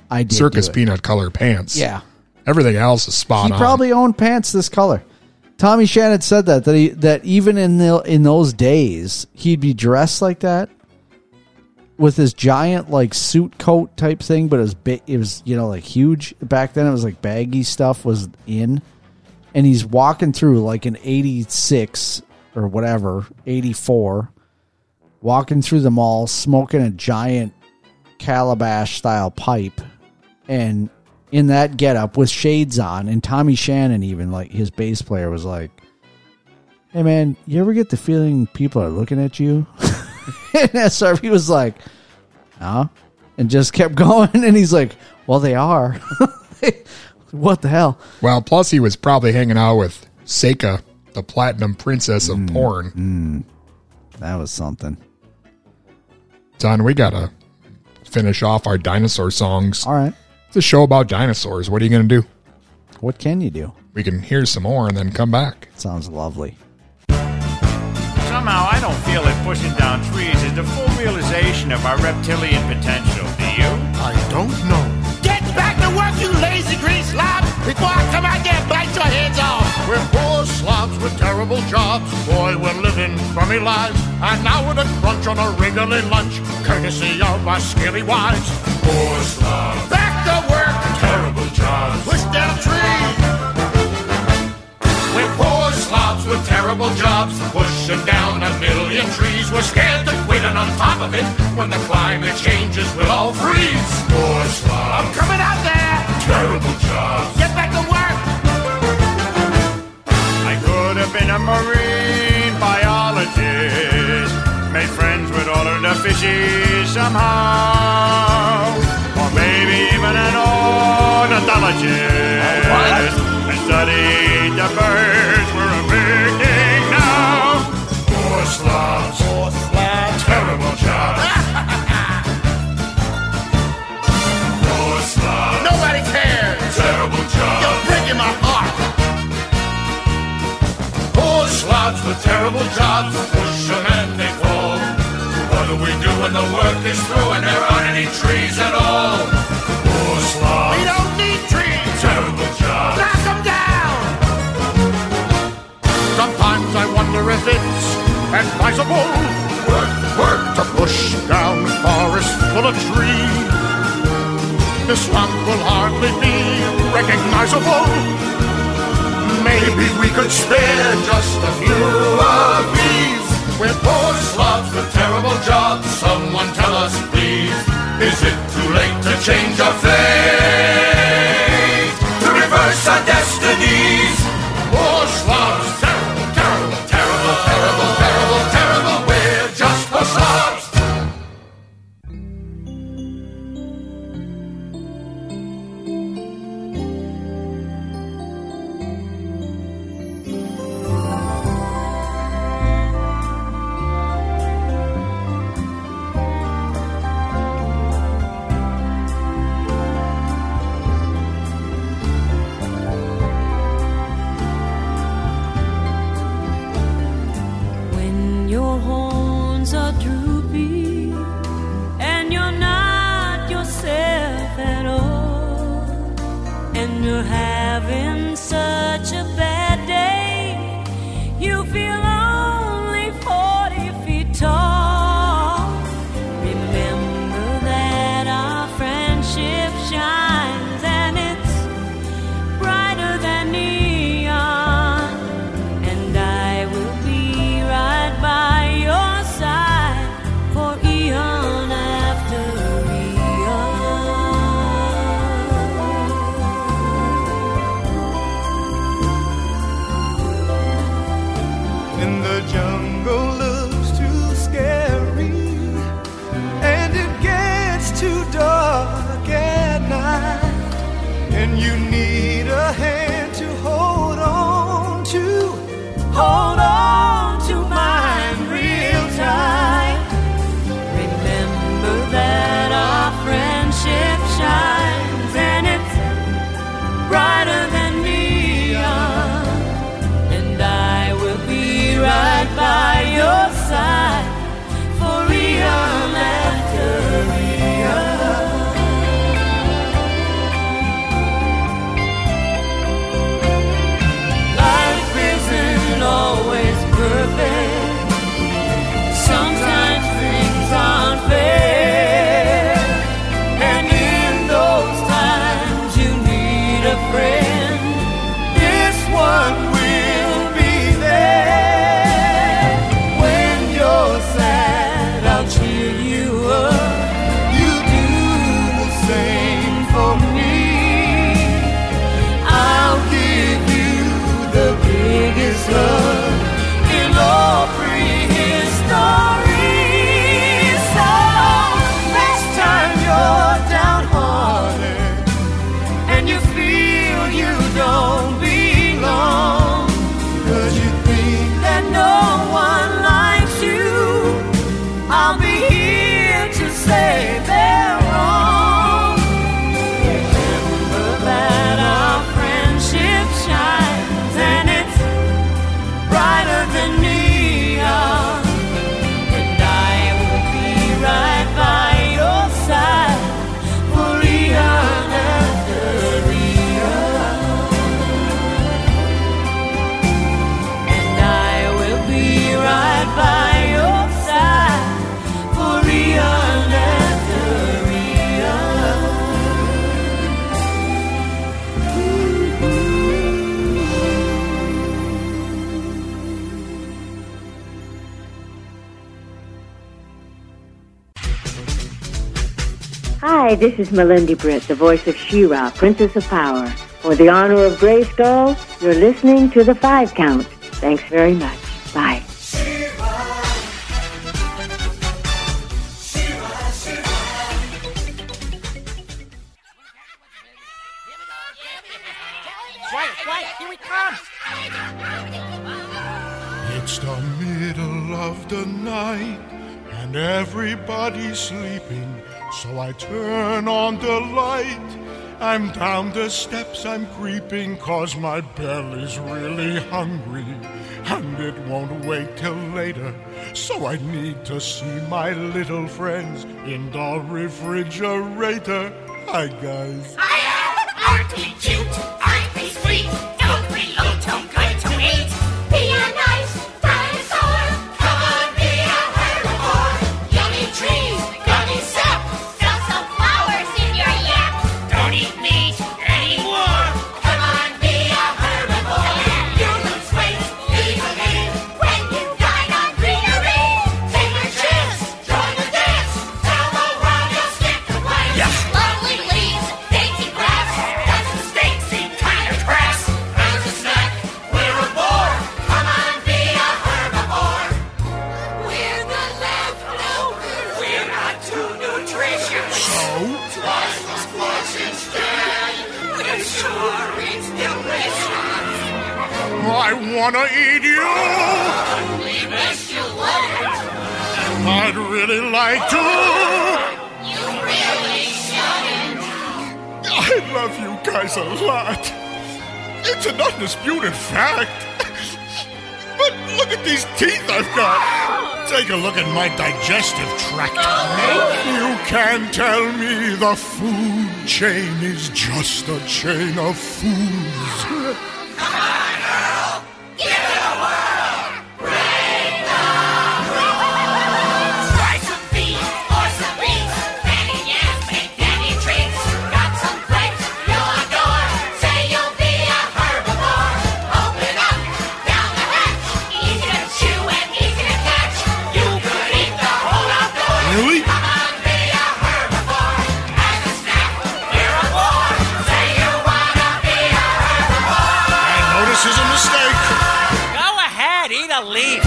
I did
circus
do it.
peanut color pants.
Yeah.
Everything else is spot
He
on.
probably owned pants this color. Tommy Shannon said that that he, that even in the in those days he'd be dressed like that with his giant like suit coat type thing, but it was big. It was you know like huge back then. It was like baggy stuff was in, and he's walking through like an '86 or whatever '84, walking through the mall smoking a giant calabash style pipe, and in that getup with shades on, and Tommy Shannon even like his bass player was like. Hey man, you ever get the feeling people are looking at you? and SRV was like, huh? And just kept going. And he's like, well, they are. what the hell?
Well, plus he was probably hanging out with Seika, the platinum princess of porn.
Mm, That was something.
Don, we gotta finish off our dinosaur songs.
All right.
It's a show about dinosaurs. What are you gonna do?
What can you do?
We can hear some more and then come back.
Sounds lovely.
Somehow I don't feel that pushing down trees is the full realization of our reptilian potential, do you? I don't know.
Get back to work, you lazy green slob, before I come out there and bite your heads off.
We're poor slobs with terrible jobs. Boy, we're living crummy lives. An hour to crunch on a regular lunch, courtesy of our scaly wives. Poor slobs.
Back to work,
Terrible jobs.
push down trees.
We're poor slobs with terrible jobs, pushing down a million trees. We're scared to quit, and on top of it, when the climate changes, we'll all freeze. Poor slobs. I'm
Coming out there,
Terrible jobs.
get back to work.
I could have been a marine biologist, made friends with all of the fishies somehow, or maybe even an ornithologist. And studied the birds we're erecting now. Poor slobs, poor slobs, terrible jobs.
Poor slobs.
Nobody cares.
Terrible jobs.
You're breaking my heart.
Poor slobs with terrible jobs, push 'em and they fall. What do we do when the work is through and there aren't any trees at all? Poor slobs.
We don't need trees.
Terrible jobs.
Knock 'em down.
Sometimes I wonder if it's advisable. Work, work to push down forests full of trees. The swamp will hardly be recognizable. Maybe we could spare just a few of these. We're poor slobs with terrible jobs. Someone tell us, please. Is it too late to change our fate? To reverse our destinies? Poor slobs, terrible, terrible, terrible, terrible, terrible, terrible. We're just poor slobs.
When your horns are droopy and you're not yourself at all, and you're having such a bad day, you feel only 40 feet tall. Remember that our friendship shines and it's brighter than neon and I will be right by your side for eon after eon.
And the jungle looks too scary. And it gets too dark at night. And you need a hand to hold on to.
Hold on to mine real tight. Remember that our friendship shines and it's brighter than neon, and I will be right by your side for eon after eon. Life isn't always.
uh,
Hi, this is Melinda Britt, the voice of She-Ra, Princess of Power. For the honor of Grey Skull, you're listening to the Five Count. Thanks very much. Bye.
Quiet, quiet, here we come.
It's the middle of the night and everybody's sleeping. So I turn on the light. I'm down the steps, I'm creeping, cause my belly's really hungry. And it won't wait till later, so I need to see my little friends in the refrigerator. Hi, guys.
Aren't we cute? Aren't we sweet? Don't we look so good to eat? Be a nice dinosaur. Come on, be a herbivore. Yummy trees, gummy sap. Stuff some flowers in your yap. Don't eat meat anymore. Come on, be a herbivore. You lose weight easily when you dine on greenery. Take a chance, join the dance. Tell the world you'll skip the lights. Lovely leaves, dainty grass. That's the stinky kind of grass. There's a snack. We're a boar. Come on, be a herbivore. We're the leftovers. We're not too nutritious. So? Twice the squash instead. We're sure it's delicious.
Oh, I wanna eat you!
We missed you later.
I'd really like to!
You really shouldn't.
I love you guys a lot. It's an undisputed fact. But look at these teeth I've got.
Take a look at my digestive tract.
You can tell me the food chain is just a chain of fools.
Try some beef or some beets. Fanny yams make fanny treats. Got some grapes you'll adore. Say you'll be a herbivore. Open up, down the hatch. Easy to chew and easy to catch. You could eat the whole outdoor.
Really?
Come on, be a herbivore. As a snack, you're a war. Say you wanna be a herbivore.
I know this is a mistake.
Go ahead, eat a leaf.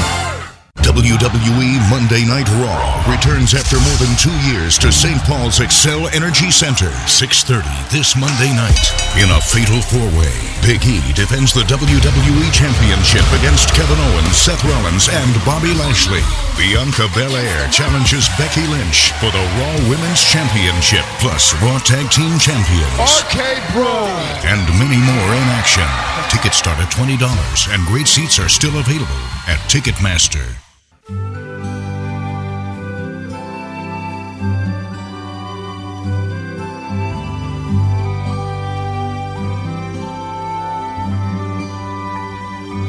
WWE E Monday Night Raw returns after more than two years to St. Paul's Excel Energy Center, 6.30 this Monday night. In a fatal four-way, Big E defends the WWE Championship against Kevin Owens, Seth Rollins, and Bobby Lashley. Bianca Belair challenges Becky Lynch for the Raw Women's Championship, plus Raw Tag Team Champions.
Arcade Bro!
And many more in action. Tickets start at $20, and great seats are still available at Ticketmaster.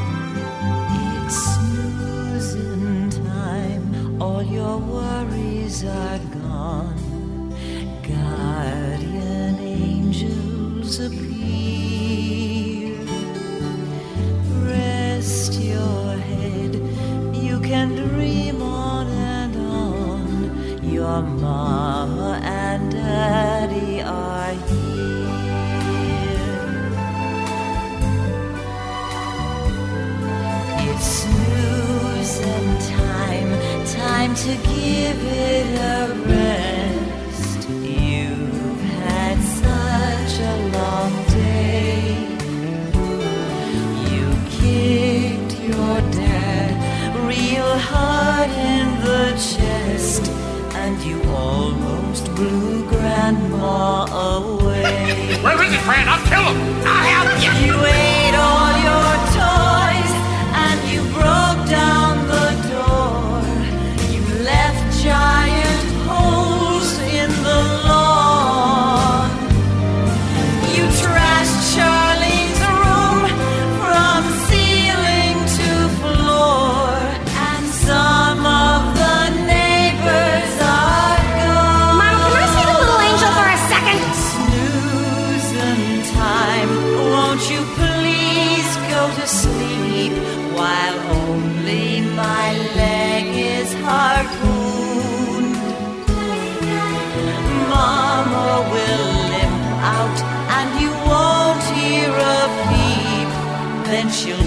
It's snoozing time. All your worries are gone. Guardian angels appear. Rest your head. You can dream on and on. Your mama and daddy are here. It's snoozing time, time to give it a rest. You've had such a long day. You kicked your dad real hard in the chest, and you almost blew grandma away.
Where is it, Fran? I'll kill him. I'll help you.
You ate all your toys and you broke down the door. You left giant holes in the lawn. You trashed Charlie's room from ceiling to floor. And some of the neighbors are gone. Mom, can I see the little angel for a second? Snoozing time. Won't you please go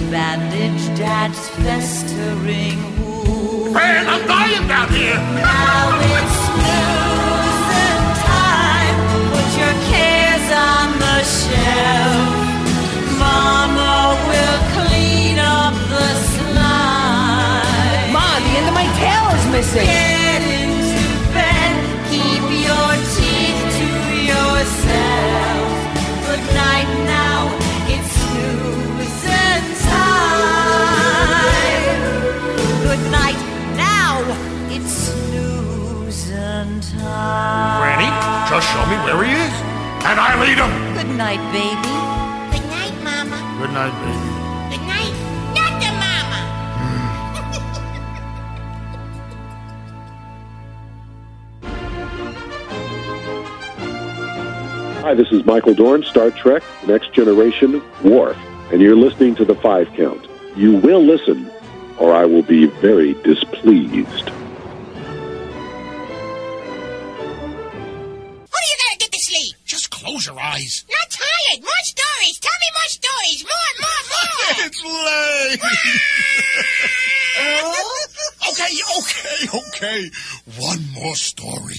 bandage that's festering wound.
Man, I'm dying down here.
Now it's snoozing time. Put your cares on the shelf. Mama will clean up the slime. Mom, the end of my tail is missing. Get into bed. Keep your teeth to yourself. Good night now. It's snoozing time. Good night now. It's snoozing time.
Granny, just show me where he is, and I lead him.
Good night, baby.
Good night, Mama.
Good night, baby.
Good night, Dr. Mama.
Hi, this is Michael Dorn, Star Trek Next Generation Worf, and you're listening to The Five Count. You will listen, or I will be very displeased.
What do you gotta get to sleep?
Just close your eyes.
Not tired. More stories. Tell me more stories. More, more, more.
it's late. okay, okay, okay. One more story.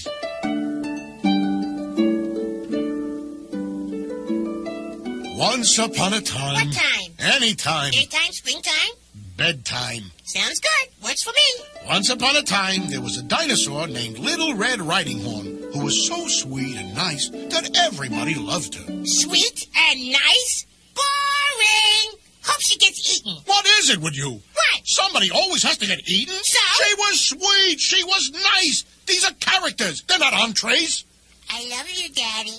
Once upon a time.
What time?
Anytime.
Daytime, springtime.
Bedtime.
Sounds good. Works for me.
Once upon a time, there was a dinosaur named Little Red Riding Horn who was so sweet and nice that everybody loved her.
Sweet and nice. Boring. Hope she gets eaten.
What is it with you?
What?
Somebody always has to get eaten.
So?
She was sweet. She was nice. These are characters. They're not entrees.
I love you, Daddy.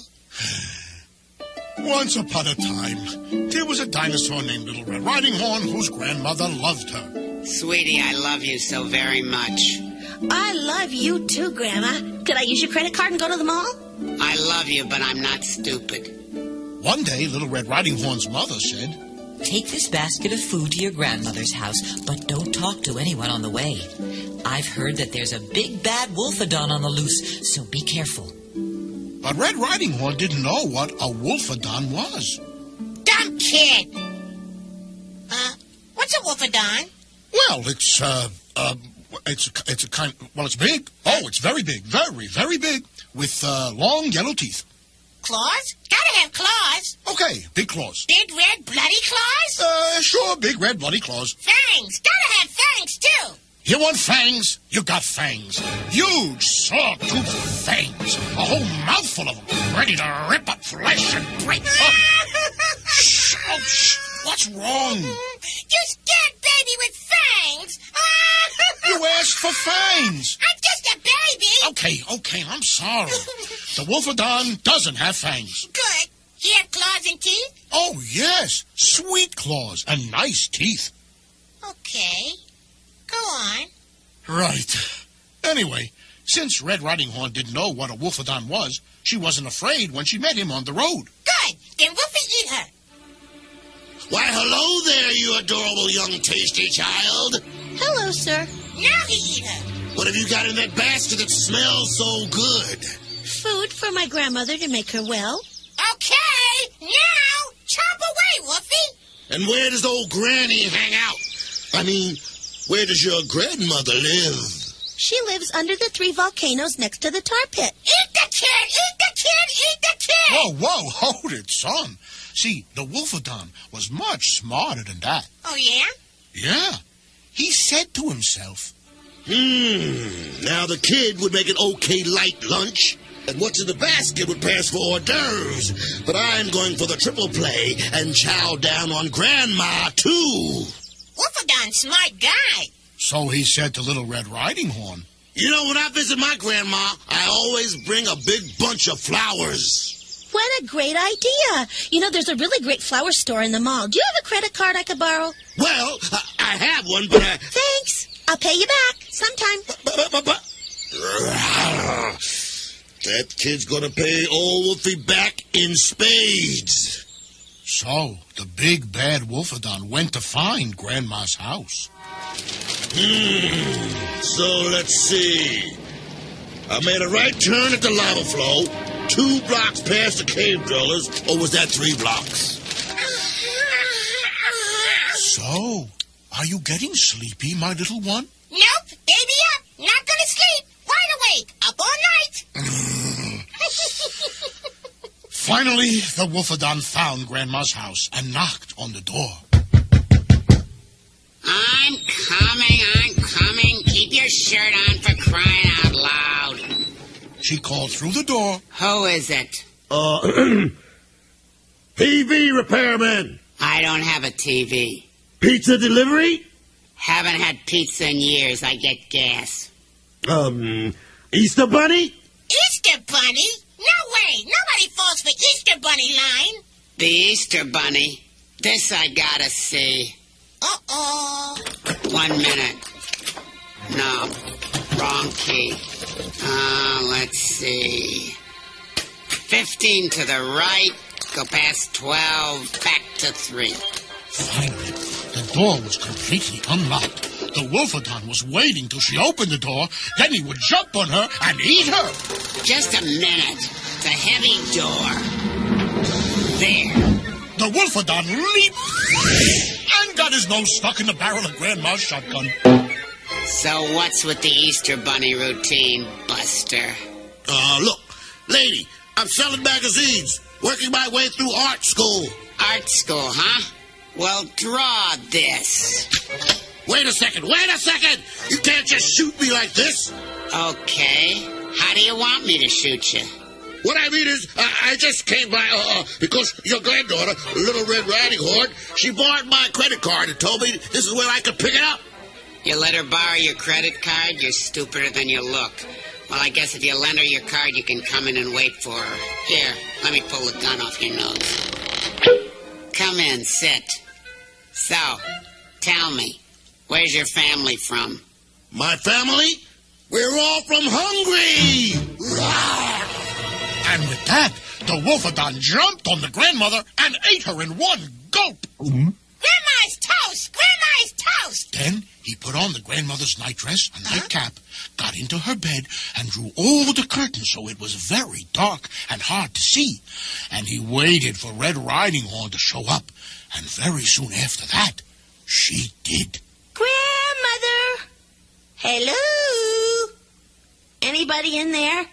Once upon a time, there was a dinosaur named Little Red Riding Horn whose grandmother loved her.
Sweetie, I love you so very much.
I love you too, Grandma. Could I use your credit card and go to the mall?
I love you, but I'm not stupid.
One day, Little Red Riding Horn's mother said,
Take this basket of food to your grandmother's house, but don't talk to anyone on the way. I've heard that there's a big bad wolfodon on the loose, so be careful.
But Red Riding Horn didn't know what a wolfodon was.
Dumb kid. Uh, what's a wolfodon?
Well, it's uh, uh, it's it's a kind. Well, it's big. Oh, it's very big, very very big, with uh, long yellow teeth.
Claws? Gotta have claws.
Okay, big claws.
Big red bloody claws?
Uh, sure, big red bloody claws.
Fangs. Gotta have fangs too.
You want fangs? You got fangs. Huge, saw-toothed fangs. A whole mouthful of them, ready to rip up flesh and break up. shh, oh, shh. What's wrong?
You scared baby with fangs.
You asked for fangs.
I'm just a baby.
Okay, okay, I'm sorry. The Wolfodon doesn't have fangs.
Good. He have claws and teeth?
Oh, yes, sweet claws and nice teeth.
Okay. Go on.
Right. Anyway, since Red Riding Horn didn't know what a Wolfodon was, she wasn't afraid when she met him on the road.
Good. Then Wolfie eat her.
Why, hello there, you adorable young tasty child.
Hello, sir.
Now he eat her.
What have you got in that basket that smells so good?
Food for my grandmother to make her well.
Okay. Now chop away, Wolfie.
And where does old Granny hang out? I mean, where does your grandmother live?
She lives under the three volcanoes next to the tar pit.
Eat the kid. Eat the kid. Eat the kid.
Whoa, whoa, hold it, son. See, the Wolfodon was much smarter than that.
Oh yeah.
Yeah. He said to himself,
Hmm. Now the kid would make an okay light lunch, and what's in the basket would pass for hors d'oeuvres. But I'm going for the triple play and chow down on Grandma too.
Wolfodon, smart guy.
So he said to Little Red Riding Horn,
You know, when I visit my grandma, I always bring a big bunch of flowers.
What a great idea. You know, there's a really great flower store in the mall. Do you have a credit card I could borrow?
Well, I, I have one, but
uh,
I.
Thanks. I'll pay you back sometime.
That kid's gonna pay old Wolfie back in spades.
So the big bad Wolfodon went to find Grandma's house.
Hmm. So let's see. I made a right turn at the lava flow, two blocks past the cave dwellers, or was that three blocks?
So, are you getting sleepy, my little one?
Nope, baby up. Not gonna sleep. Wide awake. Up all night.
Finally, the Wolfodon found Grandma's house and knocked on the door.
I'm coming, I'm coming. Keep your shirt on for crying out loud.
She called through the door.
Who is it?
Uh, PV repairman.
I don't have a TV.
Pizza delivery?
Haven't had pizza in years. I get gas.
Um, Easter Bunny?
Easter Bunny? No way. Nobody falls for Easter Bunny line.
The Easter Bunny. This I gotta see.
Uh oh.
One minute. No, wrong key. Uh, let's see. 15 to the right, go past 12, back to 3.
Finally, the door was completely unlocked. The Wolfodon was waiting till she opened the door, then he would jump on her and eat her.
Just a minute. It's a heavy door. There.
The Wolfodon leaped and got his nose stuck in the barrel of Grandma's shotgun.
So what's with the Easter Bunny routine, Buster?
Uh, look, lady, I'm selling magazines, working my way through art school.
Art school, huh? Well, draw this.
Wait a second, wait a second! You can't just shoot me like this!
Okay. How do you want me to shoot you?
What I mean is, I, I just came by uh, uh, because your granddaughter, Little Red Riding Hood, she borrowed my credit card and told me this is where I could pick it up.
You let her borrow your credit card? You're stupider than you look. Well, I guess if you lend her your card, you can come in and wait for her. Here, let me pull the gun off your nose. Come in, sit. So, tell me, where's your family from?
My family? We're all from Hungary!
And with that, the Wolfodon jumped on the grandmother and ate her in one gulp.
Grandma's toast. Grandma's toast.
Then he put on the grandmother's nightdress and nightcap, got into her bed, and drew all the curtains so it was very dark and hard to see. And he waited for Red Riding Horn to show up, and very soon after that, she did.
Grandmother! Hello? Anybody in there?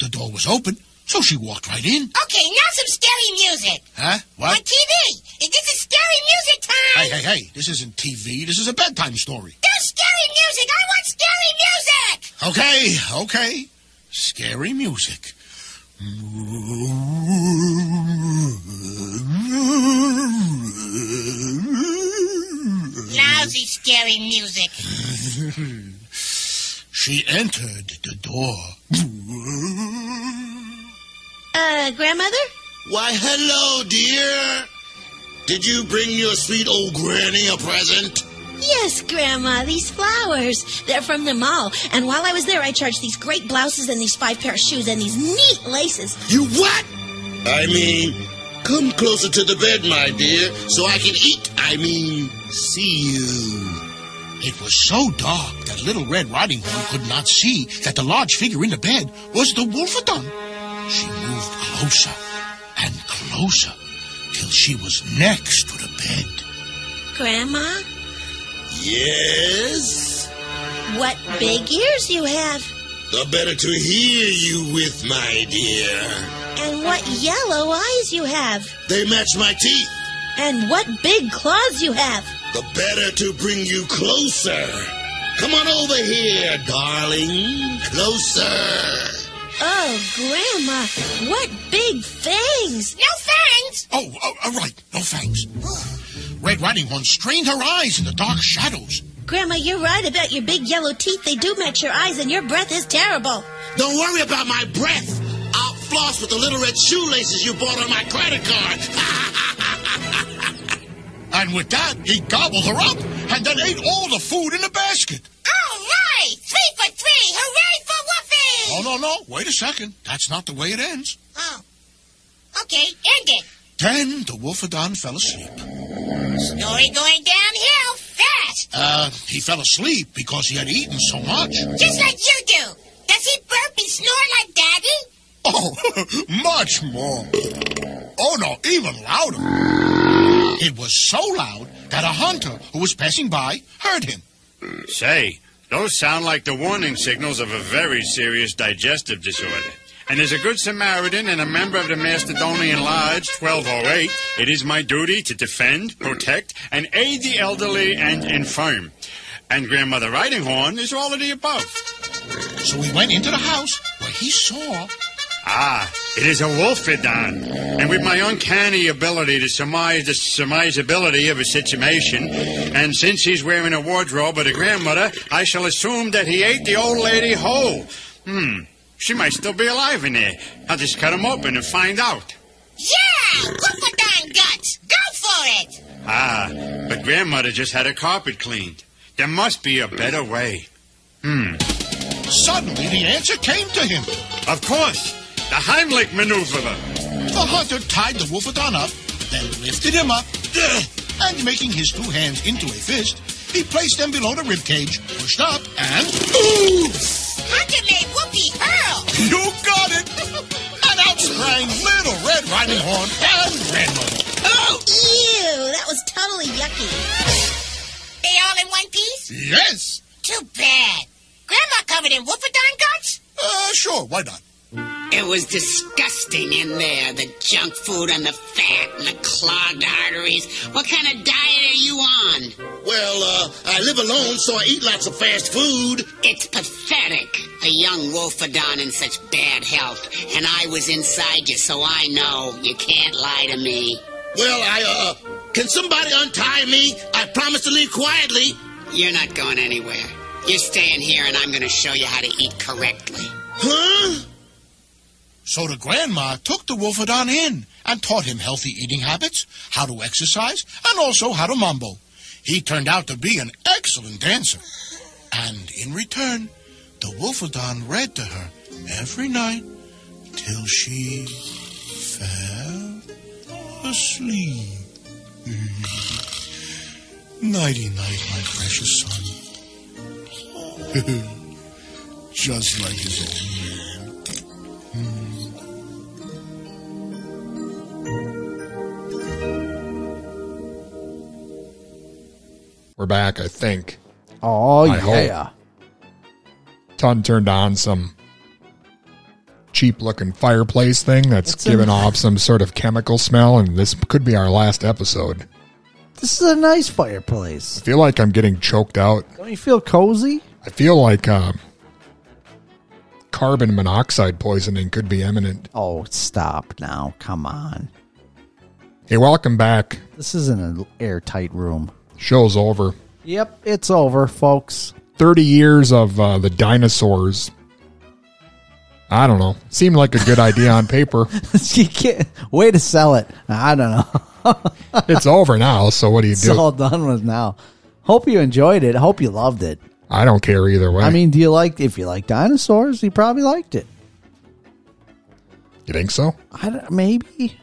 The door was open, so she walked right in.
Okay, now some scary music.
Huh?
On
What?
TV. This is scary music time.
Hey, hey, hey, this isn't TV, this is a bedtime story.
There's scary music. I want scary music.
Okay, okay. Scary music.
Lousy scary music.
She entered the door.
Uh, grandmother?
Why, hello, dear! Did you bring your sweet old granny a present?
Yes, Grandma, these flowers. They're from the mall. And while I was there, I charged these great blouses and these five pair of shoes and these neat laces.
You what? I mean, come closer to the bed, my dear, so I can eat. I mean, see you.
It was so dark that Little Red Riding Hood could not see that the large figure in the bed was the Wolfodon. She moved closer and closer till she was next to the bed.
Grandma,
Yes?
what big ears you have.
The better to hear you with, my dear.
And what yellow eyes you have.
They match my teeth.
And what big claws you have.
The better to bring you closer. Come on over here, darling. Closer.
Oh, Grandma, what big fangs.
No fangs.
Oh, oh, all right, no thanks. Red Riding Hood strained her eyes in the dark shadows.
Grandma, you're right about your big yellow teeth. They do match your eyes, and your breath is terrible.
Don't worry about my breath. I'll floss with the little red shoelaces you bought on my credit card.
And with that, he gobbled her up and then ate all the food in the basket.
All right. Three for three. Hooray for Woofy.
Oh, no, no, wait a second. That's not the way it ends.
Oh. Okay, end it.
Then the Wolfodon fell asleep.
Story going downhill fast.
Uh, he fell asleep because he had eaten so much.
Just like you do. Does he burp and snore like Daddy?
Oh, much more. Oh no, even louder. It was so loud that a hunter who was passing by heard him.
Say, those sound like the warning signals of a very serious digestive disorder. And as a good Samaritan and a member of the Macedonian Lodge 1208, it is my duty to defend, protect, and aid the elderly and infirm. And Grandmother Riding Horn is all of the above.
So we went into the house where he saw
Ah, it is a wolfidon. And with my uncanny ability to surmise the surmisability of a situation, and since he's wearing a wardrobe of the grandmother, I shall assume that he ate the old lady whole. Hmm, she might still be alive in there. I'll just cut him open and find out.
Yeah! Wolfadine guts! Go for it!
Ah, but grandmother just had her carpet cleaned. There must be a better way. Hmm.
Suddenly, the answer came to him.
Of course, the Heimlich maneuver.
The hunter tied the wolfodon up, then lifted him up, ugh, and making his two hands into a fist, he placed them below the ribcage, pushed up, and. Ooh!
Hunter made Whoopi hurl!
You got it! and out sprang Little Red Riding Horn and Grandmother.
Oh! Ew, that was totally yucky.
They all in one piece?
Yes!
Too bad. Grandma covered in wolfadine guts?
Uh, sure, why not?
It was disgusting in there. The junk food and the fat and the clogged arteries. What kind of diet are you on?
Well, uh, I live alone, so I eat lots of fast food.
It's pathetic. A young wolfodon in such bad health. And I was inside you, so I know. You can't lie to me.
Well, I, uh, can somebody untie me? I promise to leave quietly.
You're not going anywhere. You're staying here, and I'm going to show you how to eat correctly.
Huh? So the grandma took the wolfodon in and taught him healthy eating habits, how to exercise, and also how to mumble. He turned out to be an excellent dancer. And in return, the wolfodon read to her every night till she fell asleep. Nighty night, my precious son. Just like his old man.
We're back, I think.
Oh
I
yeah.
hope. Ton turned on some cheap looking fireplace thing that's
It's
giving
a-
off some sort of chemical smell, and this could be our last episode.
This is a nice fireplace.
I feel like I'm getting choked out.
Don't you feel cozy?
I feel like uh, carbon monoxide poisoning could be imminent.
Oh, stop now. Come on.
Hey, welcome back.
This isn't an airtight room.
Show's over.
Yep, it's over, folks.
30 years of uh, the dinosaurs. I don't know. Seemed like a good idea on paper.
you can't way to sell it. I don't know.
It's over now, so what do you
It's
do?
all done with now. Hope you enjoyed it. Hope you loved it.
I don't care either way.
I mean, do you like if you like dinosaurs? You probably liked it.
you think so?
I don't, maybe.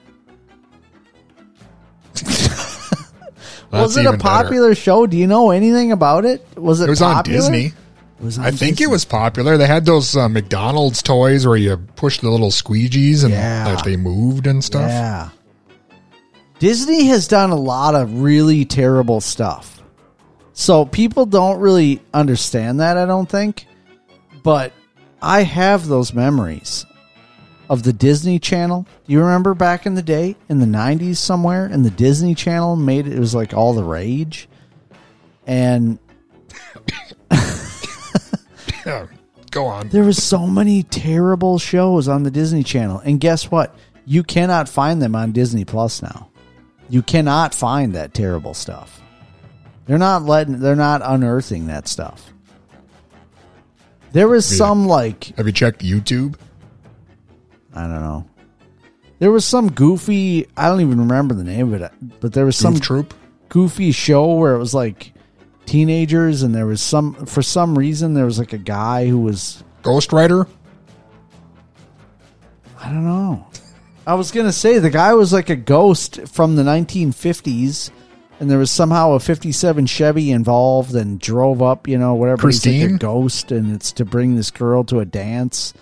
That's
was it a
even better.
popular show? Do you know anything about it? Was it?
It was
popular?
on Disney.
was on
I think
Disney.
it was popular. They had those uh, McDonald's toys where you push the little squeegees and
Yeah.
that they moved and stuff.
Yeah. Disney has done a lot of really terrible stuff. So people don't really understand that, I don't think. But I have those memories of the Disney Channel. Do you remember back in the day in the 90s somewhere and the Disney Channel made it, it was like all the rage. And
Yeah. Go on.
There was so many terrible shows on the Disney Channel, and guess what? You cannot find them on Disney Plus now. You cannot find that terrible stuff. They're not letting. They're not unearthing that stuff. There was
Yeah.
some like
Have you checked YouTube?
I don't know. There was some goofy. I don't even remember the name of it, but there was some
Goof Troop?
goofy show where it was like teenagers, and there was some for some reason there was like a guy who was
Ghost Rider?
I don't know. I was gonna say the guy was like a ghost from the 1950s, and there was somehow a '57 Chevy involved, and drove up, you know, whatever. He's like
Christine?
a ghost, and it's to bring this girl to a dance.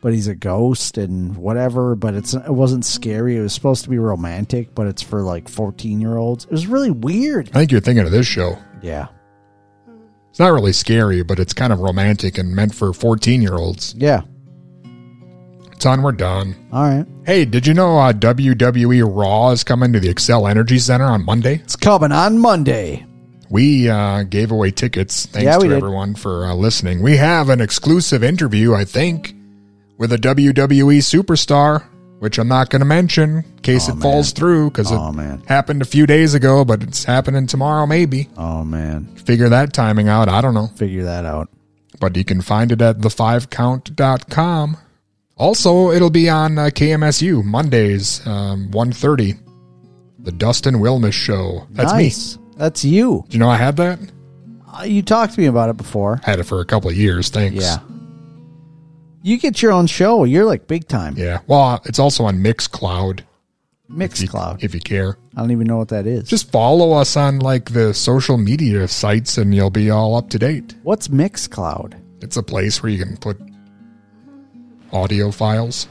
but he's a ghost and whatever. But it's it wasn't scary. It was supposed to be romantic, but it's for like fourteen year olds. It was really weird.
I think you're thinking of this show.
Yeah.
It's not really scary, but it's kind of romantic and meant for 14 year olds.
Yeah.
It's on, we're done.
All right.
Hey, did you know uh, WWE Raw is coming to the Excel Energy Center on Monday? It's
coming on Monday.
We uh, gave away tickets. Thanks
Yeah, we
to
did.
everyone for uh, listening. We have an exclusive interview, I think, with a WWE superstar, which I'm not going to mention in case it falls through because it happened a few days ago, but it's happening tomorrow, maybe.
Oh, man.
Figure that timing out. I don't know.
Figure that out.
But you can find it at thefivecount.com. Also, it'll be on uh, KMSU Mondays, um, 1.30. The Dustin Wilmus Show. That's me.
nice. That's you.
Do you know I had that?
Uh, you talked to me about it before.
Had it for a couple of years. Thanks.
Yeah. You get your own show. You're like big time.
Yeah. Well, it's also on Mixcloud.
Mixcloud.
If you care.
I don't even know what that is.
Just follow us on like the social media sites and you'll be all up to date.
What's Mixcloud?
It's a place where you can put audio files.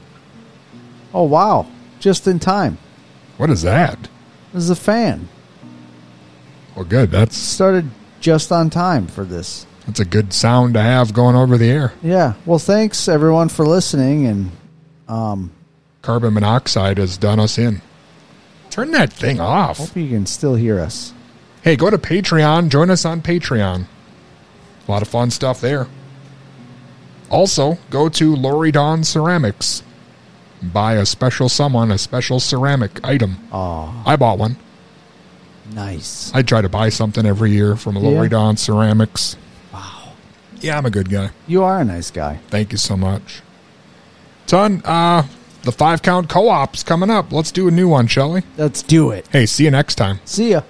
Oh wow! Just in time.
What is that?
This is a fan.
Well, good. That's
started just on time for this.
That's a good sound to have going over the air.
Yeah. Well, thanks everyone for listening, and um,
Carbon monoxide has done us in. Turn that thing off.
Hope you can still hear us.
Hey, go to Patreon. Join us on Patreon. A lot of fun stuff there. Also, go to Lori Dawn Ceramics. Buy a special someone a special ceramic item.
Oh.
I bought one.
Nice.
I try to buy something every year from Lori
Yeah.
Dawn Ceramics. Wow. Yeah, I'm a good guy.
You are a nice guy.
Thank you so much. Ton, uh, the five count co op's coming up. Let's do a new one, shall we?
Let's do it.
Hey, see you next time.
See ya.